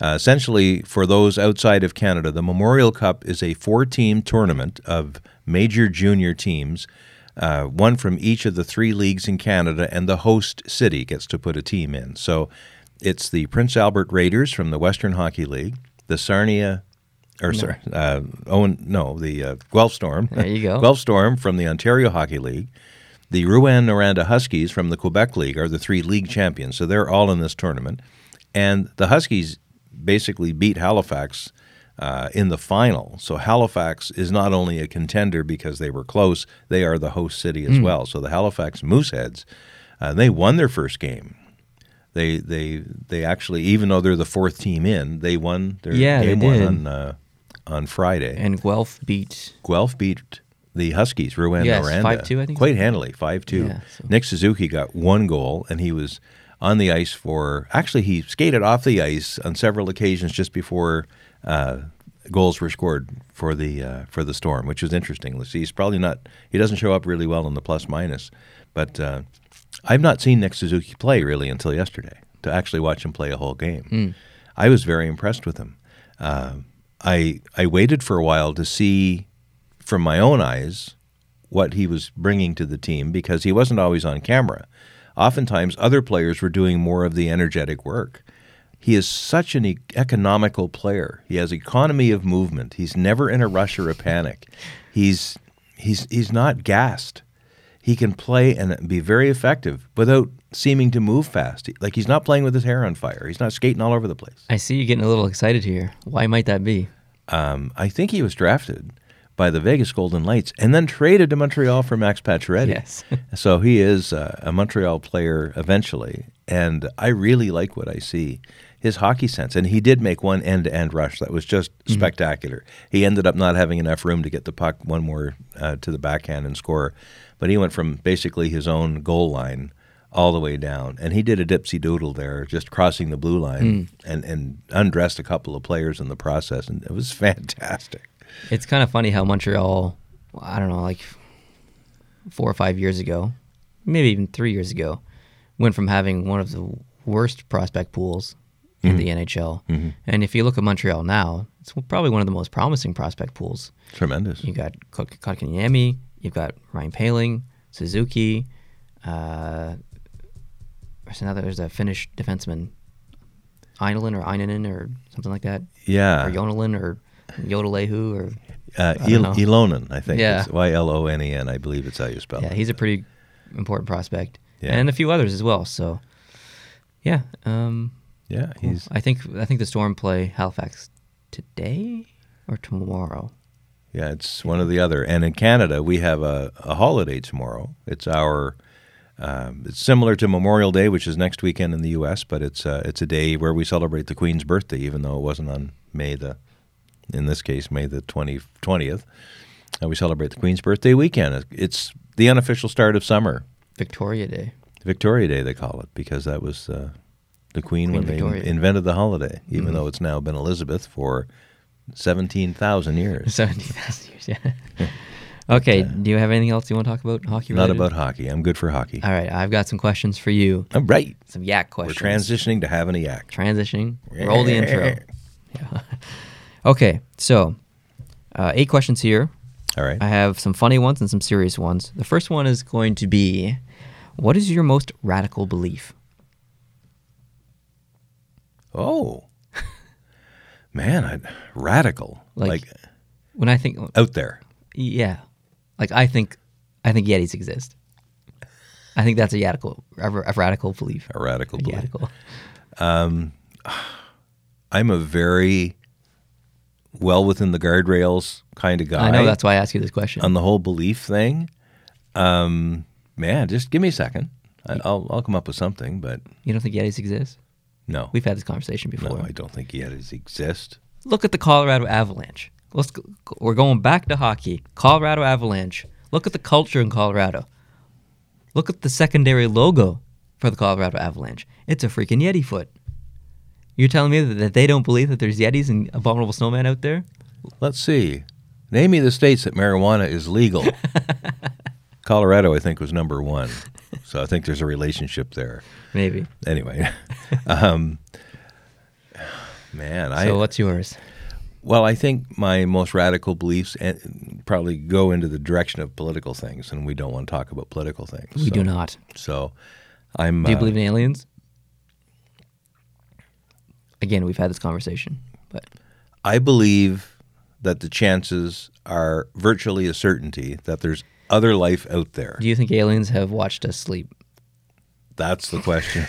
Speaker 2: Uh, essentially, for those outside of Canada, the Memorial Cup is a four team tournament of major junior teams, uh, one from each of the three leagues in Canada, and the host city gets to put a team in. So it's the Prince Albert Raiders from the Western Hockey League, the Sarnia. Or sorry, uh, Owen. No, the uh, Guelph Storm.
Speaker 1: There you go.
Speaker 2: Guelph Storm from the Ontario Hockey League, the Rouen Noranda Huskies from the Quebec League are the three league champions, so they're all in this tournament. And the Huskies basically beat Halifax uh, in the final. So Halifax is not only a contender because they were close, they are the host city
Speaker 1: Hmm.
Speaker 2: as well. So the Halifax Mooseheads, uh, they won their first game. They they they actually, even though they're the fourth team in, they won their
Speaker 1: Yeah, they
Speaker 2: game one
Speaker 1: did.
Speaker 2: on uh, on Friday.
Speaker 1: And Guelph beat.
Speaker 2: Guelph beat the Huskies, Rouen
Speaker 1: Yes,
Speaker 2: Miranda,
Speaker 1: 5-2, I think.
Speaker 2: quite handily, five two.
Speaker 1: Yeah, so-
Speaker 2: Nick Suzuki got one goal, and he was on the ice for. Actually, he skated off the ice on several occasions just before uh, goals were scored for the uh, for the Storm, which was interesting. Let's see, He's probably not. He doesn't show up really well in the plus minus, but uh, I've not seen Nick Suzuki play really until yesterday to actually watch him play a whole game.
Speaker 1: Hmm.
Speaker 2: I was very impressed with him. Uh, I I waited for a while to see from my own eyes what he was bringing to the team because he wasn't always on camera. Oftentimes, other players were doing more of the energetic work. He is such an e- economical player. He has economy of movement. He's never in a rush or a panic. He's he's he's not gassed. He can play and be very effective without seeming to move fast. Like he's not playing with his hair on fire. He's not skating all over the place.
Speaker 1: I see you getting a little excited here. Why might that be?
Speaker 2: Um, I think he was drafted by the Vegas Golden Lights and then traded to Montreal for Max Pacioretty.
Speaker 1: Yes.
Speaker 2: so he is uh, a Montreal player eventually, and I really like what I see. His hockey sense, and he did make one end-to-end rush that was just spectacular. He ended up not having enough room to get the puck one more uh, to the backhand and score, but he went from basically his own goal line all the way down. And he did a dipsy doodle there, just crossing the blue line and, and undressed a couple of players in the process. And it was fantastic.
Speaker 1: It's kind of funny how Montreal, I don't know, like four or five years ago, maybe even three years ago, went from having one of the worst prospect pools in the NHL. And if you look at Montreal now, it's probably one of the most promising prospect pools.
Speaker 2: Tremendous.
Speaker 1: You got Kot- Kotkaniemi, you've got Ryan Paling, Suzuki. Uh, there's another. There's a Finnish defenseman, Einolin or Einanen or something like that, or
Speaker 2: Yeah.
Speaker 1: Jonalin or Yodelehu or
Speaker 2: Uh,
Speaker 1: I don't
Speaker 2: Il-
Speaker 1: know.
Speaker 2: Ilonen, I think.
Speaker 1: Yeah.
Speaker 2: It's Y-L-O-N-E-N, E I believe it's how you spell
Speaker 1: yeah,
Speaker 2: it.
Speaker 1: he's a pretty important prospect,
Speaker 2: Yeah.
Speaker 1: and a few others as well. So, yeah, um,
Speaker 2: Yeah, he's,
Speaker 1: I think I think the Storm play Halifax today or tomorrow.
Speaker 2: yeah, it's one or the other. And in Canada, we have a, a holiday tomorrow. It's our, um, it's similar to Memorial Day, which is next weekend in the U.S., but it's, uh, it's a day where we celebrate the Queen's birthday, even though it wasn't on May the, in this case, May the 20, 20th. And we celebrate the Queen's birthday weekend. It's the unofficial start of summer
Speaker 1: Victoria Day.
Speaker 2: Victoria Day, they call it, because that was uh, the Queen, when
Speaker 1: Victoria. Mm-hmm.
Speaker 2: they invented the holiday, even though it's now been Elizabeth for 17,000 years.
Speaker 1: Seventy thousand years. Yeah. okay. do you have anything else you want to talk about hockey?
Speaker 2: uh, Not
Speaker 1: related?
Speaker 2: about hockey. I'm good for hockey.
Speaker 1: All right. I've got some questions for you.
Speaker 2: All right.
Speaker 1: Some yak
Speaker 2: We're
Speaker 1: questions.
Speaker 2: transitioning to having a yak.
Speaker 1: Transitioning. Roll the intro. Yeah. okay. So, uh, eight questions here.
Speaker 2: All right.
Speaker 1: I have some funny ones and some serious ones. The first one is going to be, what is your most radical belief?
Speaker 2: Oh. Man, I, radical.
Speaker 1: Like-
Speaker 2: like
Speaker 1: When I think,
Speaker 2: out there.
Speaker 1: yeah, like I think, I think Yetis exist. I think that's a radical, a, a radical belief.
Speaker 2: A radical belief.
Speaker 1: Radical.
Speaker 2: I'm a very well within the guardrails kind of guy.
Speaker 1: I know that's why I ask you this question.
Speaker 2: on the whole belief thing, um, man, just give me a second. I, I'll I'll come up with something, but
Speaker 1: you don't think Yetis exist?
Speaker 2: no,
Speaker 1: We've had this conversation before.
Speaker 2: no, I don't think Yetis exist.
Speaker 1: Look at the Colorado Avalanche. Let's go, we're going back to hockey. Colorado Avalanche. Look at the culture in Colorado. Look at the secondary logo for the Colorado Avalanche. It's a freaking Yeti foot. You're telling me that- that they don't believe that there's Yetis and abominable snowmen out there?
Speaker 2: Let's see. Name me the states that marijuana is legal. Colorado, I think, was number one, so I think there's a relationship there.
Speaker 1: Maybe.
Speaker 2: Anyway, um, man, I
Speaker 1: So what's yours?
Speaker 2: Well, I think my most radical beliefs and probably go into the direction of political things, and we don't want to talk about political things.
Speaker 1: We do not.
Speaker 2: So, I'm.
Speaker 1: Do you
Speaker 2: uh,
Speaker 1: believe in aliens? Again, we've had this conversation, but
Speaker 2: I believe that the chances are virtually a certainty that there's other life out there.
Speaker 1: do you think aliens have watched us sleep?
Speaker 2: That's the question.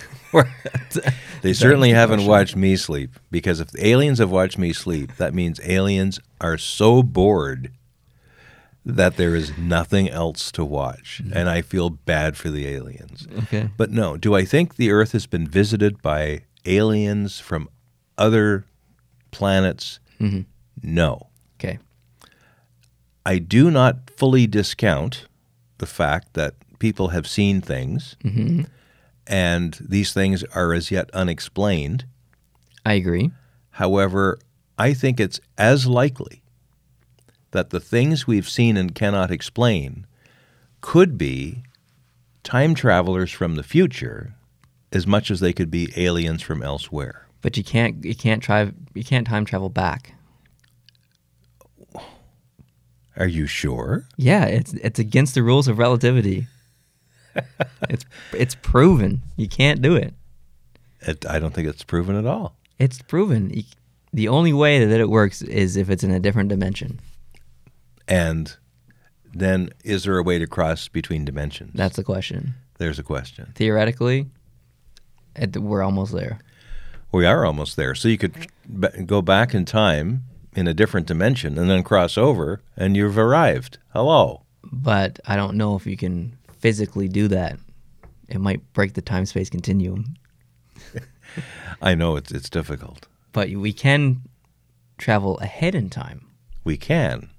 Speaker 2: they certainly haven't watched me sleep because if the aliens have watched me sleep, that means aliens are so bored that there is nothing else to watch. And I feel bad for the aliens.
Speaker 1: Okay.
Speaker 2: But no, do I think the Earth has been visited by aliens from other planets? No.
Speaker 1: Okay.
Speaker 2: I do not
Speaker 1: Mm-hmm.
Speaker 2: fully discount the fact that people have seen things and these things are as yet unexplained.
Speaker 1: I agree.
Speaker 2: However, I think it's as likely that the things we've seen and cannot explain could be time travelers from the future as much as they could be aliens from elsewhere.
Speaker 1: But you can't you can't try you can't time travel back.
Speaker 2: Are you sure?
Speaker 1: Yeah, it's it's against the rules of relativity. it's it's proven you can't do it.
Speaker 2: It, I don't think it's proven at all.
Speaker 1: It's proven. You- The only way that it works is if it's in a different dimension.
Speaker 2: And then is there a way to cross between dimensions?
Speaker 1: That's the question.
Speaker 2: There's a question.
Speaker 1: Theoretically, at the, we're almost there.
Speaker 2: We are almost there. So you could b- go back in time in a different dimension and then cross over and you've arrived. Hello.
Speaker 1: but I don't know if you can physically do that. It might break the time space continuum.
Speaker 2: I know it's it's difficult.
Speaker 1: But we can travel ahead in time,
Speaker 2: We can.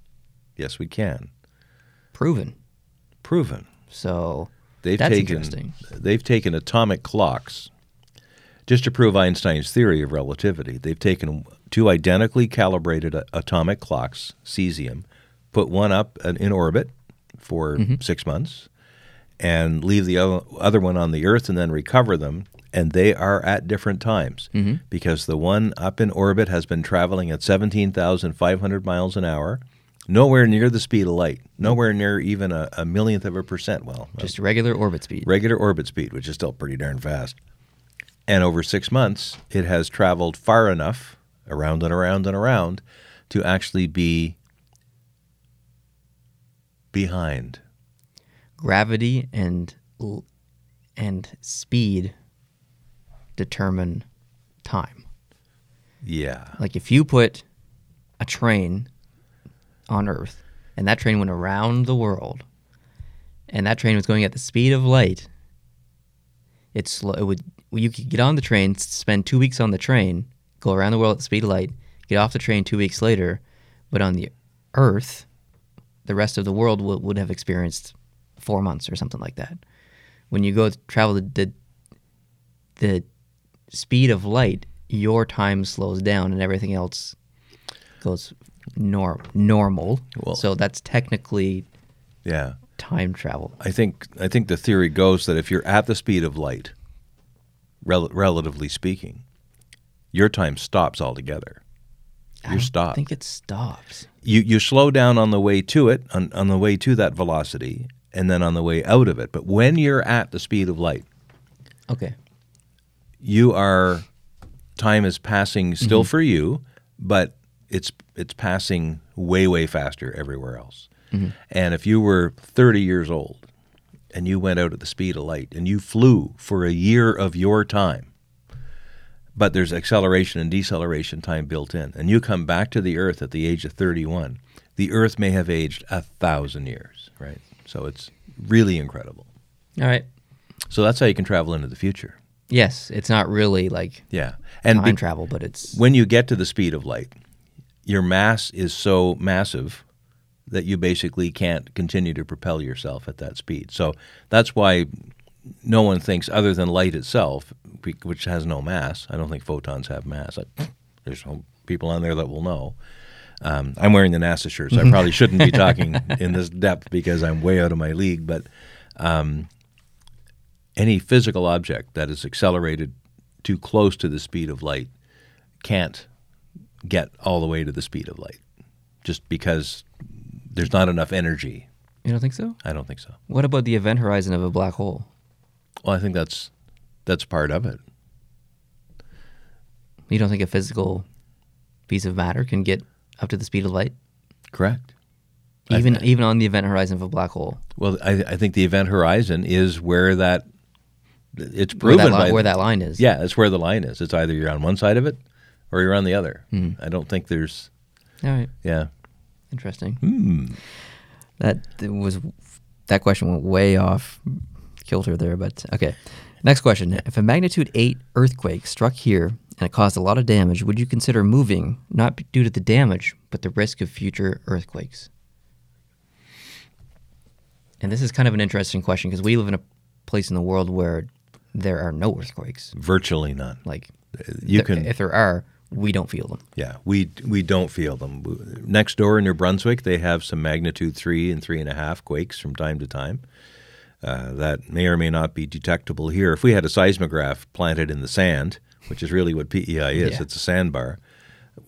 Speaker 2: Yes, we can.
Speaker 1: proven.
Speaker 2: Proven.
Speaker 1: So
Speaker 2: They've
Speaker 1: that's
Speaker 2: taken
Speaker 1: interesting.
Speaker 2: they've taken atomic clocks just to prove Einstein's theory of relativity. They've taken two identically calibrated a- atomic clocks, cesium, put one up an- in orbit for
Speaker 1: Mm-hmm.
Speaker 2: 6 months and leave the o- other one on the earth and then recover them and they are at different times
Speaker 1: Mm-hmm.
Speaker 2: because the one up in orbit has been traveling at 17,500 miles an hour. Nowhere near the speed of light. Nowhere near even a, a millionth of a percent. Well, a
Speaker 1: Just regular orbit speed.
Speaker 2: regular orbit speed, which is still pretty darn fast. And over six months, it has traveled far enough, around and around and around, to actually be behind.
Speaker 1: Gravity and l- and speed determine time.
Speaker 2: Yeah.
Speaker 1: Like if you put a train on Earth and that train went around the world and that train was going at the speed of light, it's slow. It would you could get on the train, s- spend two weeks on the train, go around the world at the speed of light, get off the train two weeks later, but on the Earth, the rest of the world would, would have experienced four months or something like that. When you go to travel the, the the speed of light, your time slows down and everything else goes norm normal.
Speaker 2: Well-
Speaker 1: so that's technically
Speaker 2: Yeah.
Speaker 1: time travel.
Speaker 2: I think I think the theory goes that if you're at the speed of light, rel- relatively speaking, your time stops altogether.
Speaker 1: I
Speaker 2: You're
Speaker 1: don't
Speaker 2: stopped.
Speaker 1: think it stops.
Speaker 2: you you slow down on the way to it on, on the way to that velocity and then on the way out of it but when you're at the speed of light
Speaker 1: Okay.
Speaker 2: you are time is passing still for you but it's it's passing way way faster everywhere else and if you were 30 years old and you went out at the speed of light and you flew for a year of your time but there's acceleration and deceleration time built in and you come back to the earth at the age of 31 the earth may have aged a thousand years right so it's really incredible
Speaker 1: All right.
Speaker 2: so that's how you can travel into the future
Speaker 1: Yes, it's not really like
Speaker 2: yeah and
Speaker 1: time
Speaker 2: be-
Speaker 1: travel, but it's
Speaker 2: when you get to the speed of light, your mass is so massive that you basically can't continue to propel yourself at that speed. So that's why no one thinks other than light itself, be- which has no mass. I don't think photons have mass. I, there's no people on there that will know. Um, I'm wearing the NASA shirt, so I probably shouldn't be talking in this depth because I'm way out of my league. But um, any physical object that is accelerated too close to the speed of light can't get all the way to the speed of light just because there's not enough energy.
Speaker 1: you don't think so?
Speaker 2: I don't think so.
Speaker 1: What about the event horizon of a black hole?
Speaker 2: Well, I think that's that's part of it.
Speaker 1: You don't think a physical piece of matter can get up to the speed of light?
Speaker 2: Correct.
Speaker 1: Even even on the event horizon of a black hole.
Speaker 2: Well, I, I think the event horizon is where that it's
Speaker 1: Where that,
Speaker 2: proven by
Speaker 1: li- where that line is.
Speaker 2: yeah, that's where the line is. It's either you're on one side of it or you're on the other.
Speaker 1: Hmm.
Speaker 2: I don't think there's
Speaker 1: All right.
Speaker 2: yeah.
Speaker 1: Interesting.
Speaker 2: Hmm.
Speaker 1: That th- was that question went way off kilter there, but okay. Next question: If a magnitude eight earthquake struck here and it caused a lot of damage, would you consider moving, not b- due to the damage, but the risk of future earthquakes? And this is kind of an interesting question because we live in a place in the world where there are no earthquakes.
Speaker 2: Virtually none.
Speaker 1: Like
Speaker 2: You
Speaker 1: there-
Speaker 2: can,
Speaker 1: if there are, we don't feel them.
Speaker 2: yeah. We we don't feel them. Next door in New Brunswick, they have some magnitude three and three and a half quakes from time to time. Uh, that may or may not be detectable here. If we had a seismograph planted in the sand, which is really what PEI is,
Speaker 1: Yeah.
Speaker 2: it's a sandbar,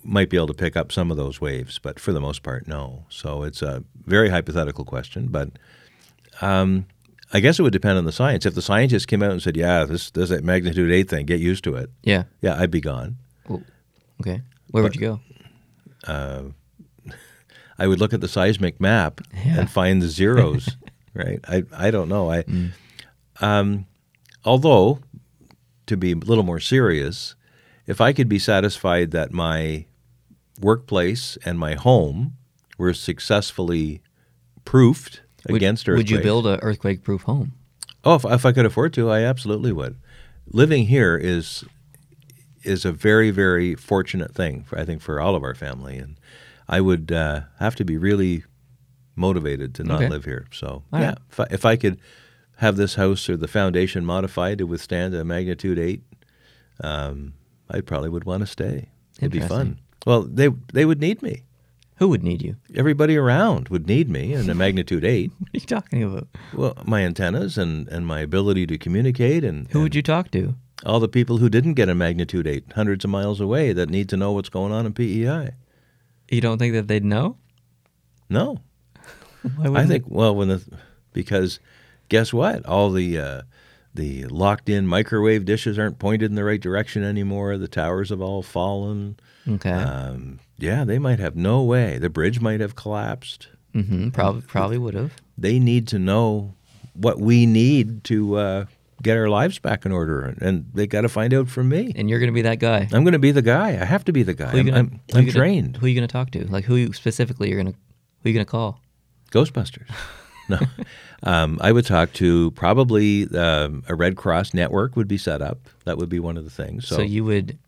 Speaker 2: might be able to pick up some of those waves, but for the most part, no. So it's a very hypothetical question, but um, I guess it would depend on the science. If the scientists came out and said, "Yeah, this there's that magnitude eight thing, get used to it,"
Speaker 1: Yeah.
Speaker 2: yeah, I'd be gone.
Speaker 1: Well, okay. Where would you go?
Speaker 2: I would look at the seismic map and find the zeros, right? I, I don't know. I,
Speaker 1: Mm.
Speaker 2: um, although, to be a little more serious, if I could be satisfied that my workplace and my home were successfully proofed
Speaker 1: Would-
Speaker 2: against
Speaker 1: Would
Speaker 2: earthquakes,
Speaker 1: you build an earthquake-proof home?
Speaker 2: Oh, if, if I could afford to, I absolutely would. Living here is is a very very fortunate thing, for, I think, for all of our family, and I would uh, have to be really motivated to not
Speaker 1: Okay.
Speaker 2: live here. So
Speaker 1: All
Speaker 2: yeah,
Speaker 1: right.
Speaker 2: if, I, if I could have this house or the foundation modified to withstand a magnitude eight, um, I probably would want to stay. It'd be fun.
Speaker 1: Interesting.
Speaker 2: Well, they they would need me.
Speaker 1: Who would need you?
Speaker 2: Everybody around would need me in a magnitude eight.
Speaker 1: What are you talking about?
Speaker 2: Well, my antennas and, and my ability to communicate and,
Speaker 1: Who
Speaker 2: and
Speaker 1: would you talk to?
Speaker 2: all the people who didn't get a magnitude eight, hundreds of miles away, that need to know what's going on in E PEI.
Speaker 1: You don't think that they'd know?
Speaker 2: No,
Speaker 1: Why
Speaker 2: I
Speaker 1: wouldn't
Speaker 2: think well when the because guess what? All the uh, the locked in microwave dishes aren't pointed in the right direction anymore. The towers have all fallen.
Speaker 1: they? Okay.
Speaker 2: Um, yeah, they might have no way. The bridge might have collapsed.
Speaker 1: hmm Probably probably would have.
Speaker 2: They need to know what we need to uh, get our lives back in order, and they got to find out from me.
Speaker 1: And you're going to be that guy.
Speaker 2: I'm going to be the guy. I have to be the guy.
Speaker 1: Who you gonna-
Speaker 2: I'm, I'm,
Speaker 1: who you
Speaker 2: I'm
Speaker 1: gonna-
Speaker 2: trained.
Speaker 1: Who you going to talk to? Like who you specifically you're going to who you going to call?
Speaker 2: Ghostbusters. No, um, I would talk to probably um, a Red Cross network would be set up. That would be one of the things. So,
Speaker 1: So you would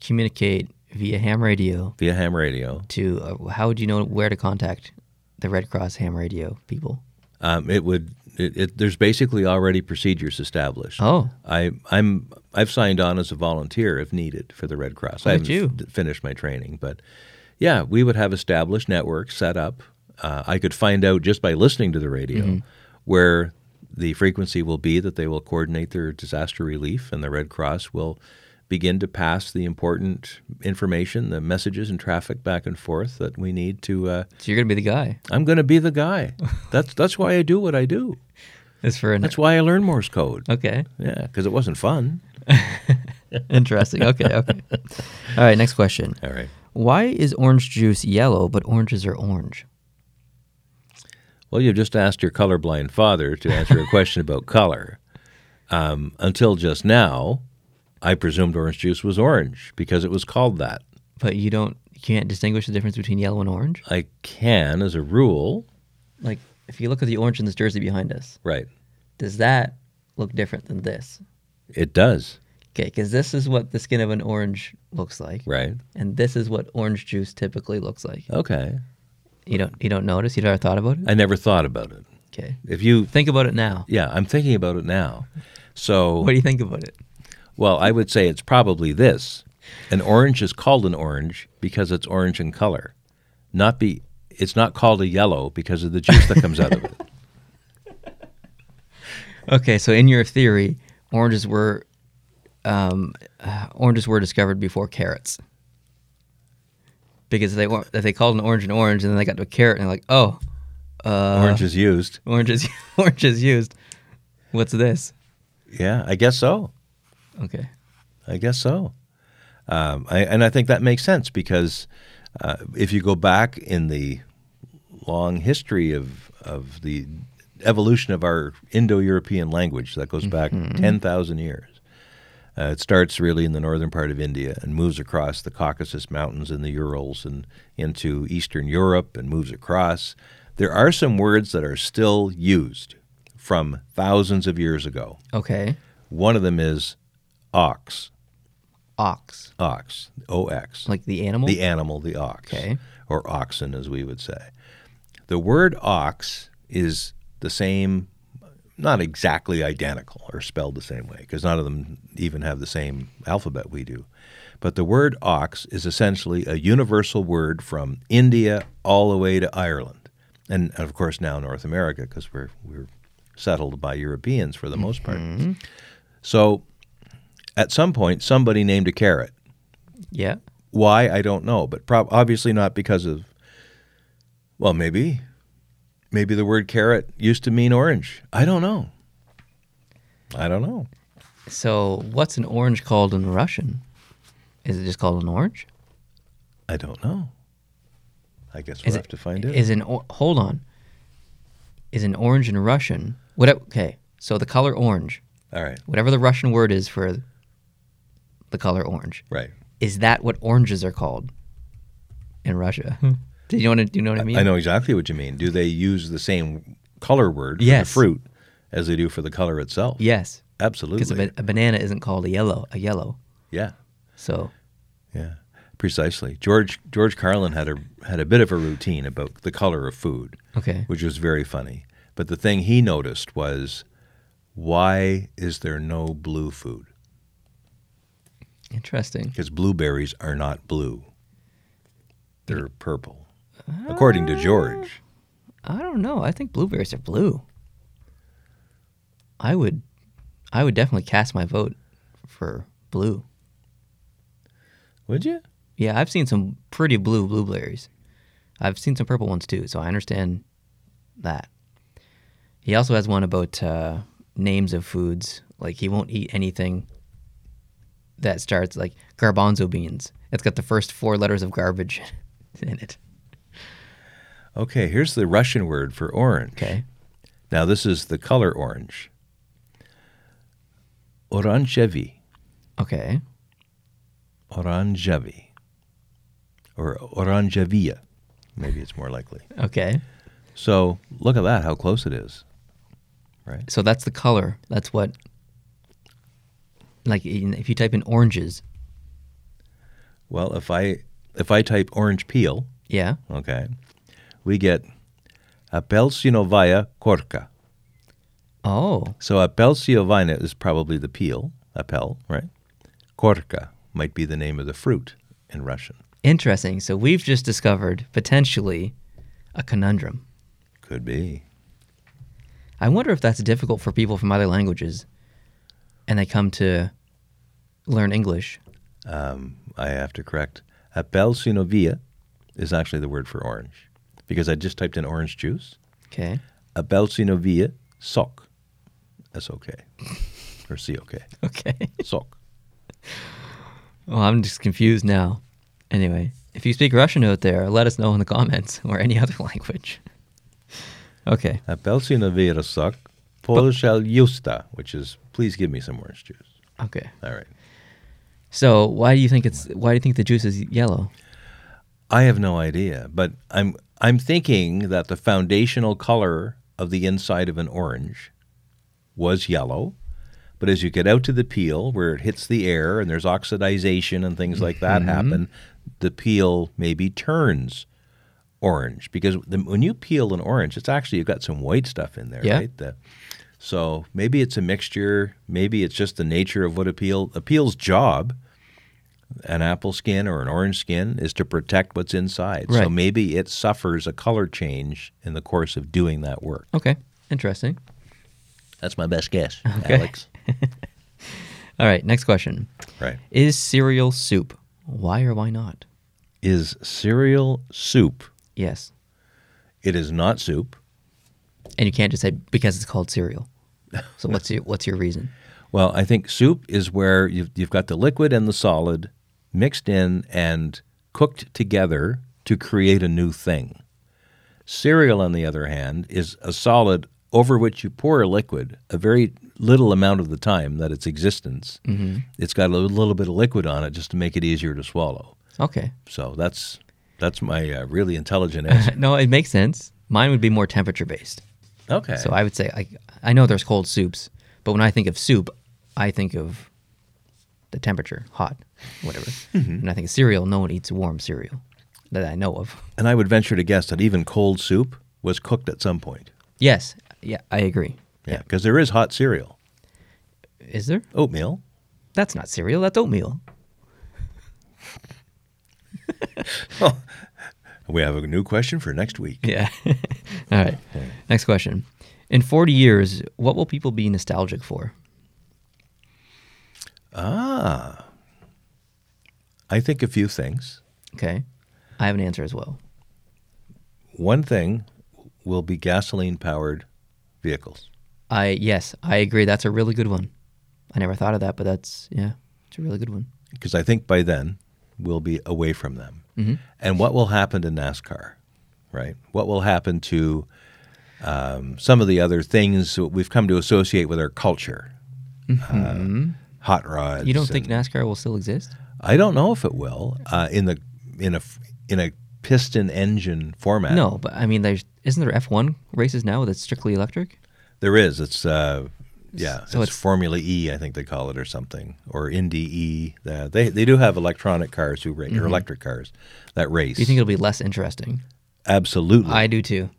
Speaker 1: communicate via ham radio
Speaker 2: via ham radio,
Speaker 1: to uh, how would you know where to contact the Red Cross ham radio people?
Speaker 2: um, it would. It, it, there's basically already procedures established.
Speaker 1: Oh,
Speaker 2: I, I'm I've signed on as a volunteer if needed for the Red Cross. I
Speaker 1: Look at
Speaker 2: haven't
Speaker 1: you.
Speaker 2: f- finished my training, but yeah, we would have established networks set up. Uh, I could find out just by listening to the radio where the frequency will be that they will coordinate their disaster relief, and the Red Cross will begin to pass the important information, the messages and traffic back and forth that we need to. Uh,
Speaker 1: so you're going to be the guy.
Speaker 2: I'm going to be the guy. That's that's why I do what I do.
Speaker 1: It's for an
Speaker 2: That's why I learn Morse code.
Speaker 1: Okay.
Speaker 2: Yeah, because it wasn't fun.
Speaker 1: Interesting. Okay, okay. All right, next question.
Speaker 2: All right.
Speaker 1: Why is orange juice yellow but oranges are orange?
Speaker 2: Well, you've just asked your colorblind father to answer a question about color. Um, until just now, I presumed orange juice was orange because it was called that.
Speaker 1: But you don't you can't distinguish the difference between yellow and orange?
Speaker 2: I can, as a rule,
Speaker 1: Like if you look at the orange in this jersey behind us,
Speaker 2: right?
Speaker 1: does that look different than this?
Speaker 2: It does,
Speaker 1: Okay, because this is what the skin of an orange looks like,
Speaker 2: right?
Speaker 1: and this is what orange juice typically looks like.
Speaker 2: Okay.
Speaker 1: You don't you don't notice. You never thought about it.
Speaker 2: I never thought about it.
Speaker 1: Okay,
Speaker 2: If you,
Speaker 1: think about it now.
Speaker 2: yeah, I'm thinking about it now. So,
Speaker 1: What do you think about it?
Speaker 2: well, I would say it's probably this: an orange is called an orange because it's orange in color, not be. It's not called a yellow because of the juice that comes out of it.
Speaker 1: Okay, so in your theory, oranges were um, uh, oranges were discovered before carrots because they were if they called an orange an orange, and then they got to a carrot, and they're like, oh, uh,
Speaker 2: orange is used.
Speaker 1: orange is orange is used. What's this?
Speaker 2: Yeah, I guess so.
Speaker 1: Okay,
Speaker 2: I guess so. Um, I, and I think that makes sense because uh, if you go back in the long history of of the evolution of our Indo-European language, that goes back ten thousand years. Uh, it starts really in the northern part of India and moves across the Caucasus Mountains and the Urals and into Eastern Europe and moves across. There are some words that are still used from thousands of years ago.
Speaker 1: okay,
Speaker 2: One of them is ox,
Speaker 1: ox
Speaker 2: ox, ox,
Speaker 1: like the animal.
Speaker 2: the animal, the ox,
Speaker 1: Okay.
Speaker 2: or oxen, as we would say. The word ox is the same not exactly identical or spelled the same way because none of them even have the same alphabet we do. But the word ox is essentially a universal word from India all the way to Ireland, and and of course now North America because we're we're settled by Europeans for the most part. So at some point somebody named a carrot.
Speaker 1: Yeah.
Speaker 2: Why I don't know, but prob- obviously not because of. Well, maybe, maybe the word carrot used to mean orange. I don't know. I don't know.
Speaker 1: So what's an orange called in Russian? Is it just called an orange?
Speaker 2: I don't know. I guess we'll
Speaker 1: Is it-
Speaker 2: have to find out.
Speaker 1: Is an or- hold on. Is an orange in Russian? What? e, Okay. So the color orange,
Speaker 2: All right,
Speaker 1: whatever the Russian word is for the color orange,
Speaker 2: right.
Speaker 1: is that what oranges are called in Russia? do you know what I- do you know what I mean?
Speaker 2: Hmm. I know exactly what you mean. Do they use the same color word for
Speaker 1: Yes.
Speaker 2: the fruit as they do for the color itself?
Speaker 1: Yes, because a,
Speaker 2: absolutely.
Speaker 1: ba- a banana isn't called a yellow, a yellow.
Speaker 2: yeah,
Speaker 1: So
Speaker 2: yeah, precisely. George George Carlin had a had a bit of a routine about the color of food.
Speaker 1: okay,
Speaker 2: which was very funny. But the thing he noticed was why is there no blue food?
Speaker 1: interesting.
Speaker 2: Because blueberries are not blue, they're purple, according to George.
Speaker 1: I don't know. I think blueberries are blue. I would, I would definitely cast my vote for blue.
Speaker 2: Would you?
Speaker 1: Yeah, I've seen some pretty blue blueberries. I've seen some purple ones too, so I understand that. He also has one about uh, names of foods. Like he won't eat anything that starts like garbanzo beans. It's got the first four letters of garbage in it.
Speaker 2: Okay, here's the Russian word for orange.
Speaker 1: Okay.
Speaker 2: Now, this is the color orange orangevi,
Speaker 1: Okay.
Speaker 2: orangevi, or orangevia. Maybe it's more likely.
Speaker 1: Okay.
Speaker 2: So, look at that, how close it is. Right?
Speaker 1: So that's the color. That's what. Like in- if you type in oranges,
Speaker 2: Well, if I if I type orange peel,
Speaker 1: yeah.
Speaker 2: okay, we get apelsinovaya korka.
Speaker 1: Oh,
Speaker 2: So apelsinovina is probably the peel, apel, right? Korka might be the name of the fruit in Russian.
Speaker 1: interesting. So we've just discovered potentially a conundrum.
Speaker 2: Could be.
Speaker 1: I wonder if that's difficult for people from other languages and they come to learn English.
Speaker 2: Um, I have to correct. Apelsinovia is actually the word for orange because I just typed in orange juice.
Speaker 1: Okay.
Speaker 2: Apelsinovia sok. S-O-K. Or C-O-K.
Speaker 1: Okay.
Speaker 2: Sok.
Speaker 1: Well, I'm just confused now. Anyway, if you speak Russian out there, let us know in the comments or any other language. Okay.
Speaker 2: Апельсиновый сок положил юста, which is please give me some orange juice.
Speaker 1: Okay.
Speaker 2: All right.
Speaker 1: So, why do you think it's why do you think the juice is yellow?
Speaker 2: I have no idea, but I'm I'm thinking that the foundational color of the inside of an orange was yellow, but as you get out to the peel where it hits the air and there's oxidization and things like that happen, the peel maybe turns orange because the, when you peel an orange, it's actually you've got some white stuff in there,
Speaker 1: Yeah.
Speaker 2: right? The, so maybe it's a mixture. Maybe it's just the nature of what a peel a peel's job, an apple skin or an orange skin, is to protect what's inside. So
Speaker 1: Right.
Speaker 2: maybe it suffers a color change in the course of doing that work.
Speaker 1: Okay. Interesting.
Speaker 2: That's my best guess,
Speaker 1: Okay.
Speaker 2: Alex.
Speaker 1: All right, next question.
Speaker 2: Right?
Speaker 1: Is cereal soup? Why or why not?
Speaker 2: Is cereal soup?
Speaker 1: Yes.
Speaker 2: It is not soup.
Speaker 1: And you can't just say because it's called cereal. So what's your what's your reason?
Speaker 2: Well, I think soup is where you've, you've got the liquid and the solid mixed in and cooked together to create a new thing. Cereal, on the other hand, is a solid over which you pour a liquid a very little amount of the time that its existence.
Speaker 1: Mm-hmm.
Speaker 2: It's got a little bit of liquid on it just to make it easier to swallow.
Speaker 1: Okay.
Speaker 2: So that's that's my uh, really intelligent answer.
Speaker 1: No, it makes sense. Mine would be more temperature based.
Speaker 2: okay.
Speaker 1: So I would say I I know there's cold soups, but when I think of soup, I think of the temperature, hot, whatever. And I think of cereal, no one eats warm cereal that I know of.
Speaker 2: and I would venture to guess that even cold soup was cooked at some point.
Speaker 1: Yes. Yeah, I agree.
Speaker 2: Yeah, because there is hot cereal,
Speaker 1: Is there?
Speaker 2: oatmeal.
Speaker 1: That's not cereal. That's oatmeal.
Speaker 2: We have a new question for next week.
Speaker 1: Yeah. All right. Next question. In 40 years, what will people be nostalgic for?
Speaker 2: Ah, I think a few things.
Speaker 1: Okay. I have an answer as well.
Speaker 2: One thing will be gasoline powered vehicles.
Speaker 1: I yes, I agree. That's a really good one. I never thought of that, but that's yeah, it's a really good one.
Speaker 2: because I think by then we'll be away from them.
Speaker 1: Mm-hmm.
Speaker 2: And what will happen to NASCAR, right? What will happen to um, some of the other things that we've come to associate with our culture? Uh, hot rods.
Speaker 1: Mm-hmm. You don't think
Speaker 2: and-
Speaker 1: NASCAR will still exist?
Speaker 2: I don't know if it will uh, in the in a f- in a piston engine format.
Speaker 1: No, but I mean, there's isn't there F1 races now that's strictly electric?
Speaker 2: there is. It's uh, yeah.
Speaker 1: So
Speaker 2: it's,
Speaker 1: it's-
Speaker 2: Formula E, I think they call it, or something, or Indy E. Uh, they they do have electronic cars who ra- or electric cars that race.
Speaker 1: Do Mm-hmm. you think it'll be less interesting?
Speaker 2: Absolutely.
Speaker 1: I do too.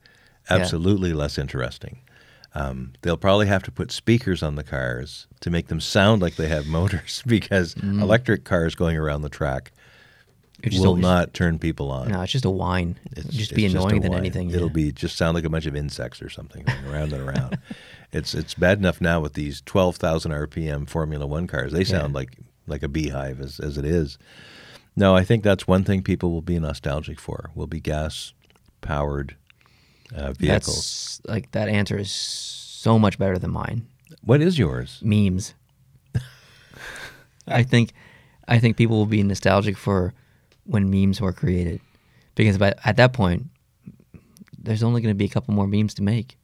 Speaker 1: Yeah.
Speaker 2: absolutely less interesting. Um, they'll probably have to put speakers on the cars to make them sound like they have motors because
Speaker 1: Mm-hmm.
Speaker 2: electric cars going around the track
Speaker 1: It just
Speaker 2: will
Speaker 1: always-
Speaker 2: not turn people on.
Speaker 1: No, it's just a whine. It'll
Speaker 2: It's-
Speaker 1: just be
Speaker 2: it's a
Speaker 1: annoying than
Speaker 2: whine.
Speaker 1: anything.
Speaker 2: It'll
Speaker 1: yeah.
Speaker 2: be just sound like a bunch of insects or something going around and around. It's it's bad enough now with these twelve thousand RPM Formula One cars. They sound like like a beehive as as it is. No, I think that's one thing people will be nostalgic for. Will be gas powered uh, vehicles.
Speaker 1: That's like that answer is so much better than mine.
Speaker 2: What is yours?
Speaker 1: memes. I think, I think people will be nostalgic for when memes were created, because by, at that point, there's only going to be a couple more memes to make.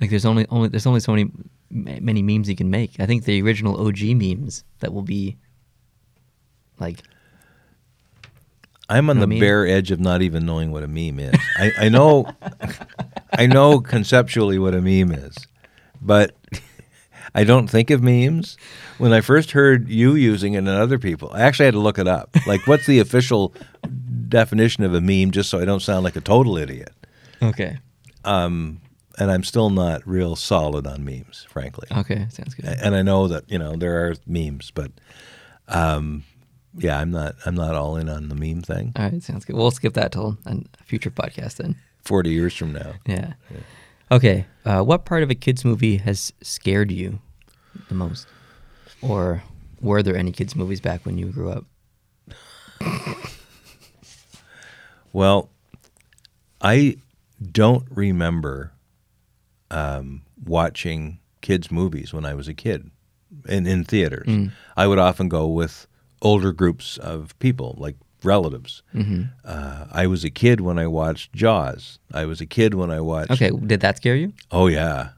Speaker 1: Like there's only only there's only so many ma- many memes you can make. I think the original OG memes that will be like
Speaker 2: I'm on the
Speaker 1: meme?
Speaker 2: bare edge of not even knowing what a meme is. I, I know, I know conceptually what a meme is, but I don't think of memes. When I first heard you using it and other people, I actually had to look it up. Like, what's the official definition of a meme? Just so I don't sound like a total idiot.
Speaker 1: okay
Speaker 2: And I'm still not real solid on memes, frankly.
Speaker 1: okay sounds good.
Speaker 2: and I know that you know there are memes, but um, yeah, I'm not I'm not all in on the meme thing.
Speaker 1: All right, sounds good. We'll skip that till a future podcast then.
Speaker 2: Forty years from now.
Speaker 1: Yeah. Okay. Uh, what part of a kids movie has scared you the most, or were there any kids movies back when you grew up?
Speaker 2: Well, I don't remember um, watching kids' movies when I was a kid in, in theaters. I would often go with older groups of people, like relatives. Uh, I was a kid when I watched Jaws. I was a kid when I watched.
Speaker 1: Okay, did that scare you?
Speaker 2: Oh, yeah.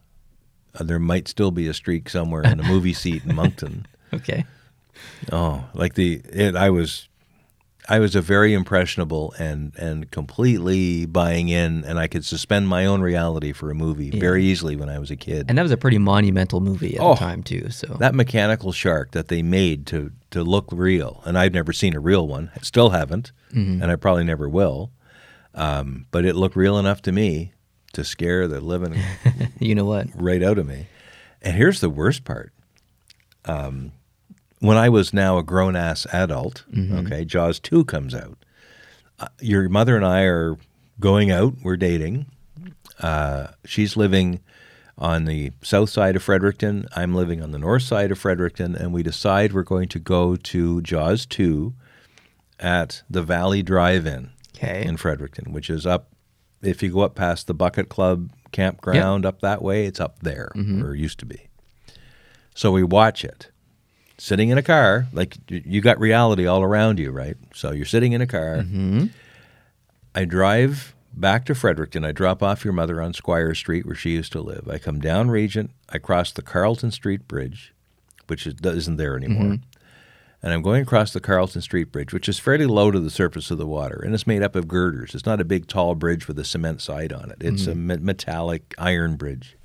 Speaker 2: Uh, There might still be a streak somewhere in a movie seat in Moncton.
Speaker 1: Okay.
Speaker 2: Oh, like the it, I was, I was a very impressionable and and completely buying in, and I could suspend my own reality for a movie very easily when I was a kid.
Speaker 1: And that was a pretty monumental movie at
Speaker 2: Oh.
Speaker 1: the time too. So
Speaker 2: that mechanical shark that they made to to look real, and I've never seen a real one, still haven't, and I probably never will. Um, but it looked real enough to me to scare the living
Speaker 1: you know what?
Speaker 2: right out of me. And here's the worst part. Um, when I was now a grown ass adult, okay, Jaws 2 comes out. Uh, your mother and I are going out, we're dating. Uh, she's living on the south side of Fredericton. I'm living on the north side of Fredericton. And we decide we're going to go to Jaws 2 at the Valley Drive In
Speaker 1: Okay.
Speaker 2: in Fredericton, which is up. If you go up past the Bucket Club campground up that way, it's up there or it used to be. So we watch it, sitting in a car. Like y- you got reality all around you, right? So you're sitting in a car. I drive back to Fredericton. I drop off your mother on Squire Street, where she used to live. I come down Regent. I cross the Carlton Street Bridge, which is, isn't there anymore
Speaker 1: Mm-hmm.
Speaker 2: and I'm going across the Carlton Street Bridge, which is fairly low to the surface of the water, and it's made up of girders. It's not a big, tall bridge with a cement side on it. It's a
Speaker 1: Mm-hmm.
Speaker 2: me- metallic iron bridge.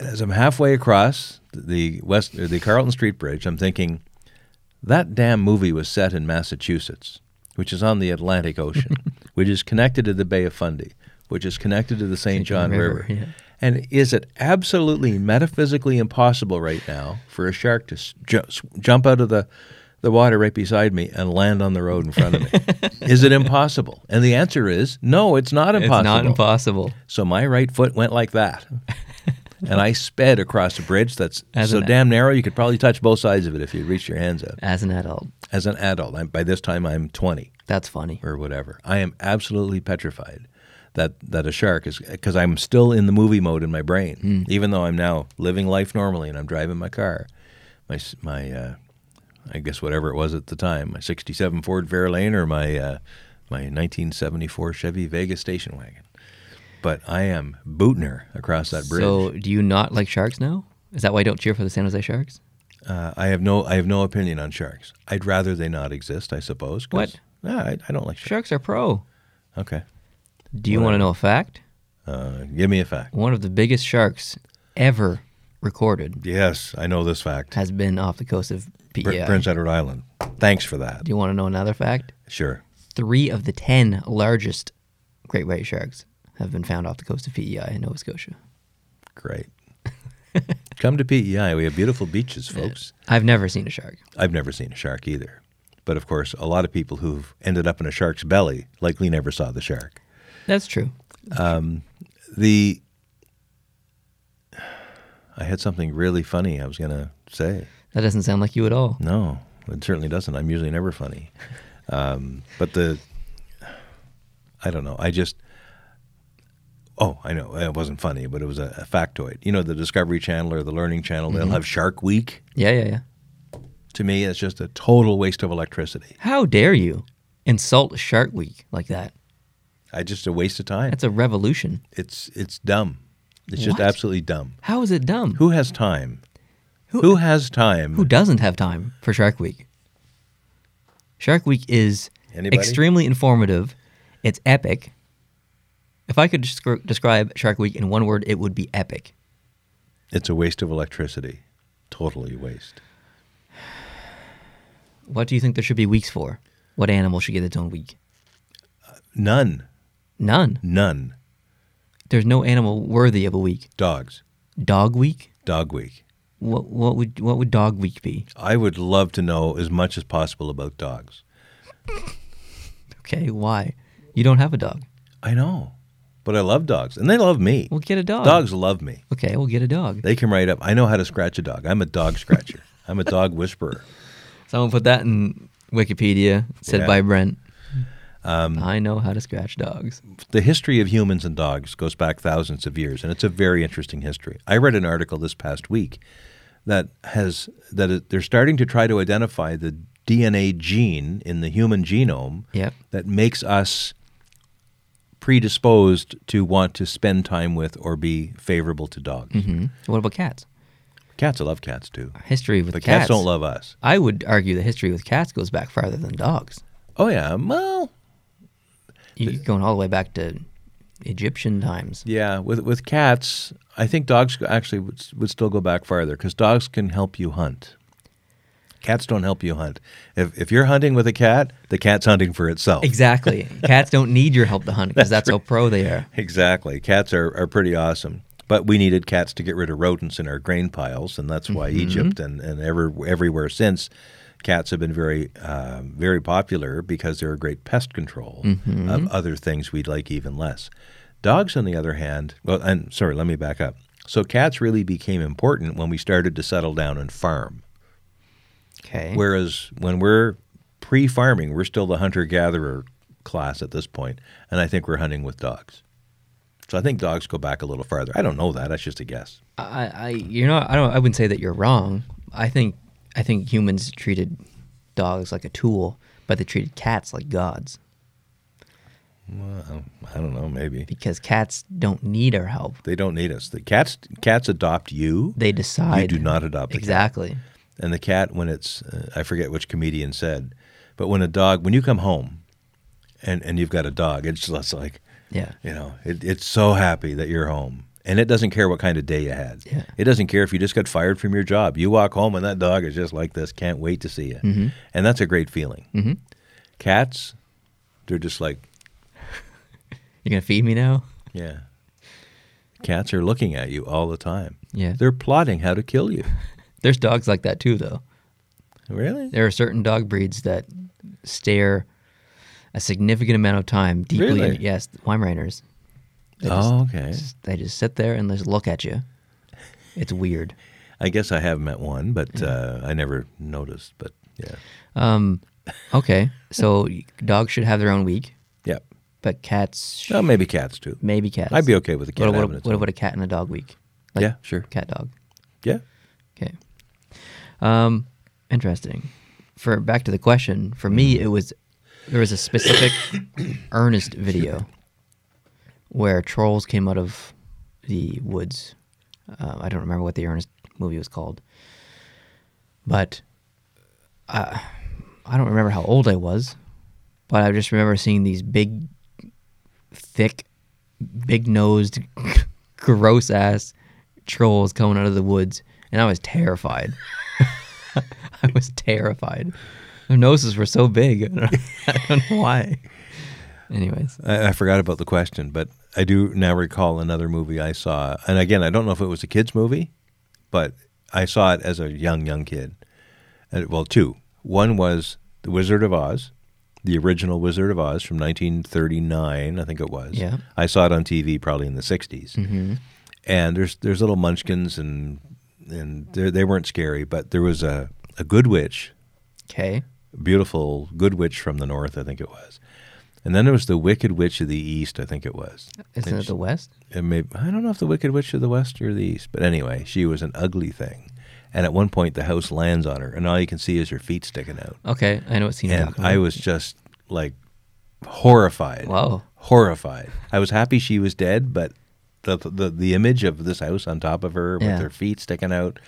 Speaker 2: As I'm halfway across the west, or the Carlton Street Bridge, I'm thinking that damn movie was set in Massachusetts, which is on the Atlantic Ocean, which is connected to the Bay of Fundy, which is connected to the St. John
Speaker 1: River,
Speaker 2: River,
Speaker 1: yeah.
Speaker 2: And is it absolutely metaphysically impossible right now for a shark to s- ju- s- jump out of the, the water right beside me and land on the road in front of me? is it impossible? And the answer is no, it's not
Speaker 1: It's
Speaker 2: impossible.
Speaker 1: not impossible.
Speaker 2: So my right foot went like that. and I sped across a bridge that's
Speaker 1: As
Speaker 2: so
Speaker 1: an-
Speaker 2: damn narrow you could probably touch both sides of it if you reached your hands out.
Speaker 1: As an adult,
Speaker 2: As an adult, I'm, by this time I'm 20
Speaker 1: that's funny.
Speaker 2: or whatever. I am absolutely petrified that that a shark is because I'm still in the movie mode in my brain,
Speaker 1: Hmm.
Speaker 2: even though I'm now living life normally and I'm driving my car, my s- my uh, I guess whatever it was at the time, my '67 Ford Fairlane or my uh, my 1974 Chevy Vega station wagon. But I am booting her across that bridge.
Speaker 1: So, do you not like sharks now? Is that why you don't cheer for the San Jose Sharks?
Speaker 2: Uh, I have no I have no opinion on sharks. I'd rather they not exist, I suppose. 'cause-
Speaker 1: What?
Speaker 2: No, I, I don't like sharks.
Speaker 1: Sharks are pro.
Speaker 2: Okay,
Speaker 1: Do you want to know a fact?
Speaker 2: uh, give me a fact.
Speaker 1: One of the biggest sharks ever recorded
Speaker 2: Yes, I know this fact.
Speaker 1: has been off the coast of
Speaker 2: Pr-
Speaker 1: PEI.
Speaker 2: Prince Edward Island. Thanks for that.
Speaker 1: Do you want to know another fact?
Speaker 2: Sure.
Speaker 1: Three of the ten largest great white sharks have been found off the coast of PEI in Nova Scotia.
Speaker 2: Great. Come to PEI. We have beautiful beaches, folks.
Speaker 1: I've never seen a shark.
Speaker 2: I've never seen a shark either. But of course, a lot of people who've ended up in a shark's belly likely never saw the shark.
Speaker 1: That's true.
Speaker 2: The I had something really funny I was going to say.
Speaker 1: That doesn't sound like you at all.
Speaker 2: No, it certainly doesn't. I'm usually never funny. Um, but the, I don't know. I just, oh, I know. It wasn't funny, but it was a, a factoid. You know, the Discovery Channel or the Learning Channel, they'll have Shark Week.
Speaker 1: Yeah, yeah, yeah.
Speaker 2: To me, it's just a total waste of electricity.
Speaker 1: How dare you insult Shark Week like that?
Speaker 2: I just a waste of time.
Speaker 1: That's a revolution.
Speaker 2: It's it's dumb. It's just
Speaker 1: What?
Speaker 2: absolutely dumb.
Speaker 1: How is it dumb? Who,
Speaker 2: Who has time? Who has time?
Speaker 1: doesn't have time for Shark Week? Shark Week is
Speaker 2: Anybody?
Speaker 1: extremely informative. It's epic. If I could descri- describe Shark Week in one word, it would be epic.
Speaker 2: it's a waste of electricity. Totally waste.
Speaker 1: What do you think there should be weeks for? What animal should get its own week?
Speaker 2: None.
Speaker 1: None.
Speaker 2: None.
Speaker 1: There's no animal worthy of a week.
Speaker 2: Dogs.
Speaker 1: Dog week?
Speaker 2: Dog week.
Speaker 1: What what would what would dog week be?
Speaker 2: I would love to know as much as possible about dogs.
Speaker 1: Okay, why? You don't have a dog.
Speaker 2: I know, but I love dogs, and they love me.
Speaker 1: Well, get a dog.
Speaker 2: Dogs love me.
Speaker 1: Okay, we'll get a dog.
Speaker 2: They come right up. I know how to scratch a dog. I'm a dog scratcher. I'm a dog whisperer.
Speaker 1: Someone put that in Wikipedia. Said
Speaker 2: Yeah. Um,
Speaker 1: by Brent. I know how to scratch dogs.
Speaker 2: The history of humans and dogs goes back thousands of years, and it's a very interesting history. I read an article this past week that has that it, they're starting to try to identify the DNA gene in the human genome
Speaker 1: Yep.
Speaker 2: that makes us predisposed to want to spend time with or be favorable to dogs.
Speaker 1: Hmm. What about cats?
Speaker 2: Cats, I love cats too.
Speaker 1: History with
Speaker 2: But
Speaker 1: Uh, cats.
Speaker 2: cats. don't love us.
Speaker 1: I would argue the history with cats goes back farther than dogs.
Speaker 2: Oh yeah, well,
Speaker 1: You're going all the way back to Egyptian times.
Speaker 2: yeah. With with cats, I think dogs actually would, would still go back farther because dogs can help you hunt. Cats don't help you hunt. If if you're hunting with a cat, the cat's hunting for itself.
Speaker 1: Exactly. cats don't need your help to hunt because that's, how pro they are.
Speaker 2: Exactly. Cats are, are pretty awesome. But we needed cats to get rid of rodents in our grain piles, and that's why Egypt and, and ever, everywhere since, cats have been very uh, very popular because they're a great pest control of other things we'd like even less. Dogs, on the other hand, well, and sorry, let me back up. So cats really became important when we started to settle down and farm.
Speaker 1: Okay.
Speaker 2: Mm-hmm. Whereas when we're pre-farming, we're still the hunter-gatherer class at this point, and I think we're hunting with dogs. So I think dogs go back a little farther. I don't know that. That's just a guess.
Speaker 1: I, I you know I don't I wouldn't say that you're wrong. I think I think humans treated dogs like a tool, but they treated cats like gods
Speaker 2: I don't know. Maybe
Speaker 1: because cats don't need our help.
Speaker 2: they don't need us. The cats cats adopt you.
Speaker 1: They decide.
Speaker 2: You do not adopt the cat.
Speaker 1: exactly.
Speaker 2: And the cat, when it's uh, I forget which comedian said, but when a dog, when you come home, and and you've got a dog, it's just like
Speaker 1: Yeah.
Speaker 2: You know, it, it's so happy that you're home. And it doesn't care what kind of day you had.
Speaker 1: Yeah.
Speaker 2: It doesn't care if you just got fired from your job. You walk home and that dog is just like this, can't wait to see you. And that's a great feeling. Mm-hmm. Cats, they're just like,
Speaker 1: You're gonna feed me now.
Speaker 2: yeah. Cats are looking at you all the time.
Speaker 1: Yeah.
Speaker 2: They're plotting how to kill you.
Speaker 1: There's dogs like that too, though.
Speaker 2: Really?
Speaker 1: There are certain dog breeds that stare a significant amount of time deeply. in-
Speaker 2: Really?
Speaker 1: yes, Weimaraners. They just-
Speaker 2: Oh, okay.
Speaker 1: just- they just sit there and just look at you. It's weird.
Speaker 2: I guess I have met one, but uh, I never noticed. But yeah.
Speaker 1: Um, okay, so dogs should have their own week,
Speaker 2: Yeah.
Speaker 1: but cats, sh-
Speaker 2: Well, maybe cats too.
Speaker 1: maybe cats.
Speaker 2: I'd be okay with a cat
Speaker 1: What,
Speaker 2: having
Speaker 1: what,
Speaker 2: its
Speaker 1: what
Speaker 2: own.
Speaker 1: about a cat and a dog week?
Speaker 2: Yeah, sure.
Speaker 1: Cat dog.
Speaker 2: Yeah.
Speaker 1: Okay. Um, interesting. For back to the question, for me, it was there was a specific earnest video where trolls came out of the woods. Uh, I don't remember what the earnest movie was called, but uh, I, I don't remember how old I was, but I just remember seeing these big, thick, big-nosed, gross-ass trolls coming out of the woods, and I was terrified. I was terrified. Their noses were so big. I don't, I don't know why. Anyways,
Speaker 2: I, I forgot about the question, but I do now recall another movie I saw. And again, I don't know if it was a kid's movie, but I saw it as a young, young kid. Uh, well, two. One was The Wizard of Oz, the original Wizard of Oz from 1939, I think it was.
Speaker 1: Yeah.
Speaker 2: I saw it on TV probably in the 60s. Mm-hmm. And there's there's little munchkins, and and they they weren't scary, but there was a, a good witch
Speaker 1: okay.
Speaker 2: beautiful good witch from the north, I think it was. And then there was the Wicked Witch of the East, I think it was.
Speaker 1: Isn't
Speaker 2: And
Speaker 1: it
Speaker 2: sh-
Speaker 1: the West?
Speaker 2: it may, I don't know if the Wicked Witch of the West or the East, but anyway, she was an ugly thing. And at one point, the house lands on her, and all you can see is her feet sticking out.
Speaker 1: Okay, I know what scene you're
Speaker 2: And
Speaker 1: talking
Speaker 2: I
Speaker 1: about.
Speaker 2: was just like horrified.
Speaker 1: Wow.
Speaker 2: Horrified. I was happy she was dead, but the the, the image of this house on top of her
Speaker 1: Yeah.
Speaker 2: with her feet sticking out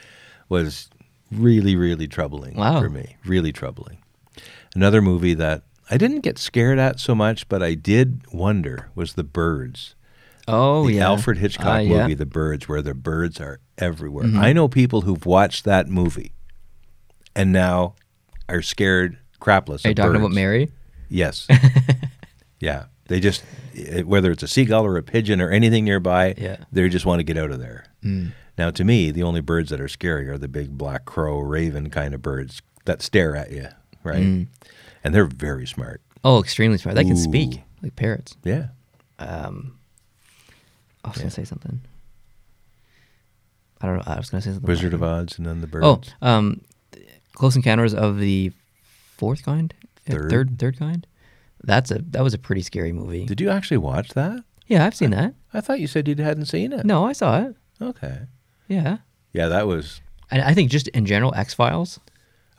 Speaker 2: was really, really troubling
Speaker 1: Wow.
Speaker 2: for me. Really troubling. Another movie that I didn't get scared at so much, but I did wonder was The Birds.
Speaker 1: Oh
Speaker 2: the
Speaker 1: yeah,
Speaker 2: Alfred Hitchcock
Speaker 1: Uh, yeah. Mm-hmm.
Speaker 2: movie, The Birds, where the birds are everywhere. I know people who've watched that movie and now are scared crapless.
Speaker 1: Are you
Speaker 2: of
Speaker 1: talking
Speaker 2: birds.
Speaker 1: about Mary?
Speaker 2: Yes. yeah. They just, it- whether it's a seagull or a pigeon or anything nearby,
Speaker 1: Yeah. Mm.
Speaker 2: they just want to get out of there. Now, to me, the only birds that are scary are the big black crow, raven kind of birds that stare at you, right?
Speaker 1: Mm.
Speaker 2: And they're very smart.
Speaker 1: Oh, extremely smart. They can speak
Speaker 2: Ooh.
Speaker 1: like parrots.
Speaker 2: Yeah.
Speaker 1: I was gonna say something. I don't know. I was gonna say something.
Speaker 2: Wizard of Oz and then the birds.
Speaker 1: Oh, um, Close Encounters of the Fourth Kind, Uh,
Speaker 2: Third.
Speaker 1: third, third kind. That's a that was a pretty scary movie.
Speaker 2: Did you actually watch that?
Speaker 1: yeah, I've seen that.
Speaker 2: I thought you said you hadn't seen it.
Speaker 1: No, I saw it.
Speaker 2: Okay.
Speaker 1: Yeah,
Speaker 2: Yeah, that was.
Speaker 1: and I think just in general, X Files,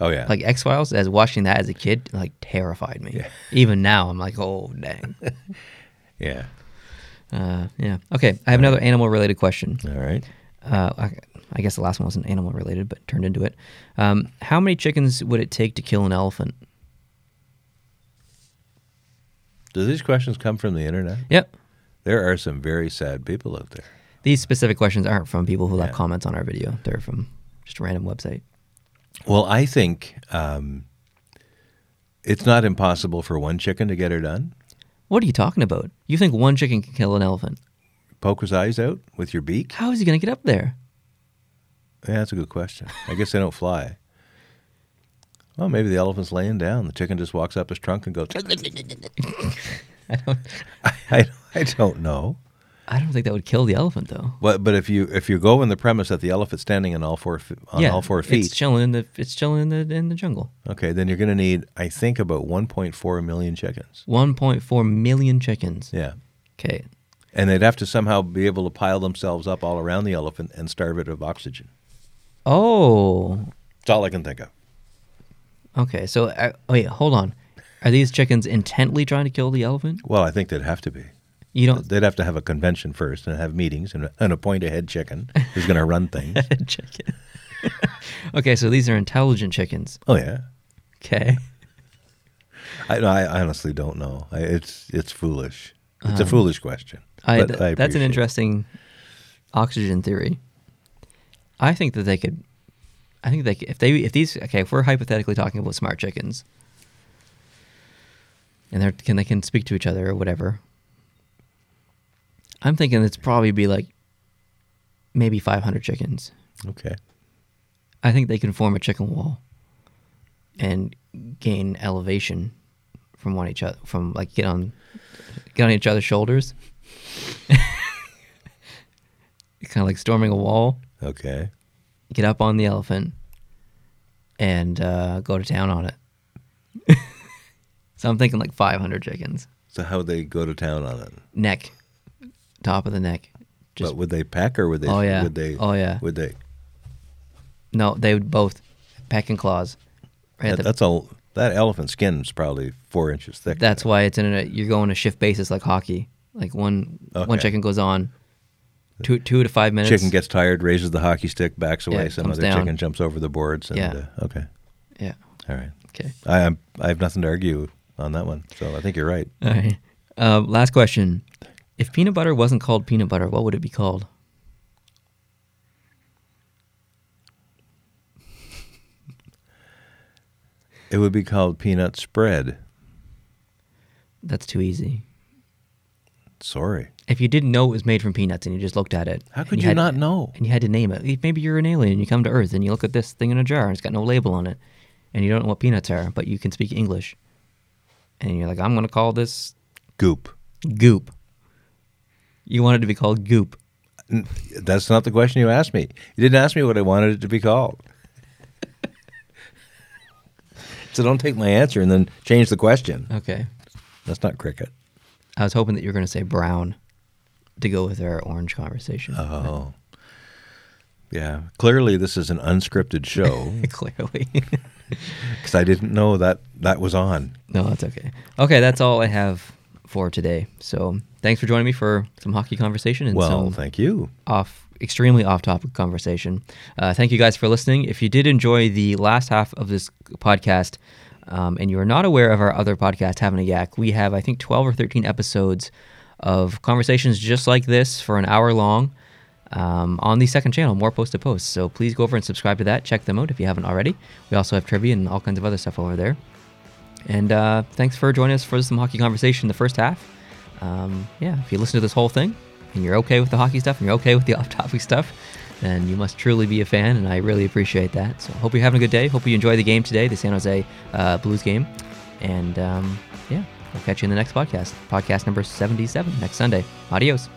Speaker 2: Oh yeah.
Speaker 1: like X Files, as watching that as a kid, like terrified me. Even now, I'm like, oh dang.
Speaker 2: yeah.
Speaker 1: uh, yeah. Okay, I have another animal related question.
Speaker 2: All right.
Speaker 1: Uh, I, I guess the last one wasn't animal related, but turned into it. Um, how many chickens would it take to kill an elephant?
Speaker 2: Do these questions come from the internet?
Speaker 1: Yep.
Speaker 2: There are some very sad people out there.
Speaker 1: These specific questions aren't from people who left
Speaker 2: Yeah.
Speaker 1: comments on our video. They're from just a random website.
Speaker 2: Well, I think um, it's not impossible for one chicken to get her done.
Speaker 1: What are you talking about? You think one chicken can kill an elephant?
Speaker 2: Poke his eyes out with your beak.
Speaker 1: How is he going to get up there?
Speaker 2: Yeah, that's a good question. I guess they don't fly. Well, maybe the elephant's laying down. The chicken just walks up his trunk and goes. I don't. I, I don't know.
Speaker 1: I don't think that would kill the elephant, though.
Speaker 2: But but if you if you go in the premise that the elephant's standing on all four fe- on all four feet,
Speaker 1: It's chilling in the it's chilling in the in the jungle.
Speaker 2: Okay, then you're going to need, I think, about 1.4 million chickens.
Speaker 1: 1.4 million chickens.
Speaker 2: Yeah.
Speaker 1: Okay.
Speaker 2: And they'd have to somehow be able to pile themselves up all around the elephant and starve it of oxygen.
Speaker 1: Oh.
Speaker 2: That's all I can think of.
Speaker 1: Okay. So uh, wait, hold on. Are these chickens intently trying to kill the elephant?
Speaker 2: Well, I think they'd have to be.
Speaker 1: You don't
Speaker 2: They'd have to have a convention first and have meetings and, and appoint a head chicken who's going to run things.
Speaker 1: chicken. okay, so these are intelligent chickens.
Speaker 2: Oh, yeah.
Speaker 1: Okay.
Speaker 2: I, no, I honestly don't know. I, it's, it's foolish. It's a foolish question.
Speaker 1: Um, I,
Speaker 2: but
Speaker 1: th- that's an
Speaker 2: I appreciate it.
Speaker 1: interesting oxygen theory. I think that they could. I think they could, if they if these okay if we're hypothetically talking about smart chickens, and they can they can speak to each other or whatever. I'm thinking it's probably be like maybe 500 chickens.
Speaker 2: Okay.
Speaker 1: I think they can form a chicken wall and gain elevation from one each other from like get on get on each other's shoulders. kind of like storming a wall,
Speaker 2: Okay.
Speaker 1: get up on the elephant and uh, go to town on it. so I'm thinking like 500 chickens.
Speaker 2: So how would they go to town on it?
Speaker 1: Neck. Top of the neck. Just
Speaker 2: but would they peck or would they?
Speaker 1: Oh, yeah.
Speaker 2: Would they?
Speaker 1: Oh, yeah.
Speaker 2: Would they?
Speaker 1: no, they would both peck and claws. Right at
Speaker 2: That,
Speaker 1: the-
Speaker 2: that's all. That elephant skin's probably four inches thick.
Speaker 1: That's why it's in a you're going a shift basis like hockey. Like one one
Speaker 2: Okay.
Speaker 1: chicken goes on two two to five minutes.
Speaker 2: Chicken gets tired, raises the hockey stick, backs away.
Speaker 1: Yeah,
Speaker 2: Some
Speaker 1: comes
Speaker 2: other
Speaker 1: down.
Speaker 2: chicken jumps over the boards. And,
Speaker 1: Yeah.
Speaker 2: Uh, okay.
Speaker 1: yeah.
Speaker 2: All right.
Speaker 1: Okay.
Speaker 2: I I'm, I have nothing to argue on that one. So I think you're right.
Speaker 1: All right. Um, last question: If peanut butter wasn't called peanut butter, what would it be called?
Speaker 2: It would be called peanut spread.
Speaker 1: That's too easy.
Speaker 2: Sorry.
Speaker 1: If you didn't know it was made from peanuts and you just looked at it,
Speaker 2: How
Speaker 1: and
Speaker 2: could you,
Speaker 1: had-
Speaker 2: not know?
Speaker 1: And you had to name it. Maybe you're an alien. You come to Earth and you look at this thing in a jar and it's got no label on it, and you don't know what peanuts are, but you can speak English, and you're like, I'm going to call this
Speaker 2: Goop.
Speaker 1: goop. You want it to be called goop.
Speaker 2: N- That's not the question you asked me. You didn't ask me what I wanted it to be called. so don't take my answer and then change the question.
Speaker 1: Okay.
Speaker 2: That's not cricket.
Speaker 1: I was hoping that you were going to say brown to go with our orange conversation.
Speaker 2: Oh. Yeah. Clearly, this is an unscripted show
Speaker 1: Clearly.
Speaker 2: because I didn't know that that was on.
Speaker 1: no, that's okay. Okay, that's all I have for today. So thanks for joining me for some hockey conversation and
Speaker 2: Well,
Speaker 1: some
Speaker 2: thank you.
Speaker 1: off extremely off topic conversation. Uh, thank you guys for listening. If you did enjoy the last half of this podcast um, and you are not aware of our other podcast, Having a Yak, we have, I think, 12 or 13 episodes of conversations just like this for an hour long um, on the second channel, More Post to Post. So please go over and subscribe to that. Check them out if you haven't already. We also have trivia and all kinds of other stuff over there. And uh, thanks for joining us for some hockey conversation in the first half. Um, yeah, if you listen to this whole thing and you're okay with the hockey stuff and you're okay with the off topic stuff, then you must truly be a fan, and I really appreciate that. So, hope you're having a good day. Hope you enjoy the game today, the San Jose uh, Blues game. And um, yeah, we'll catch you in the next podcast, podcast number 77 next Sunday. Adios.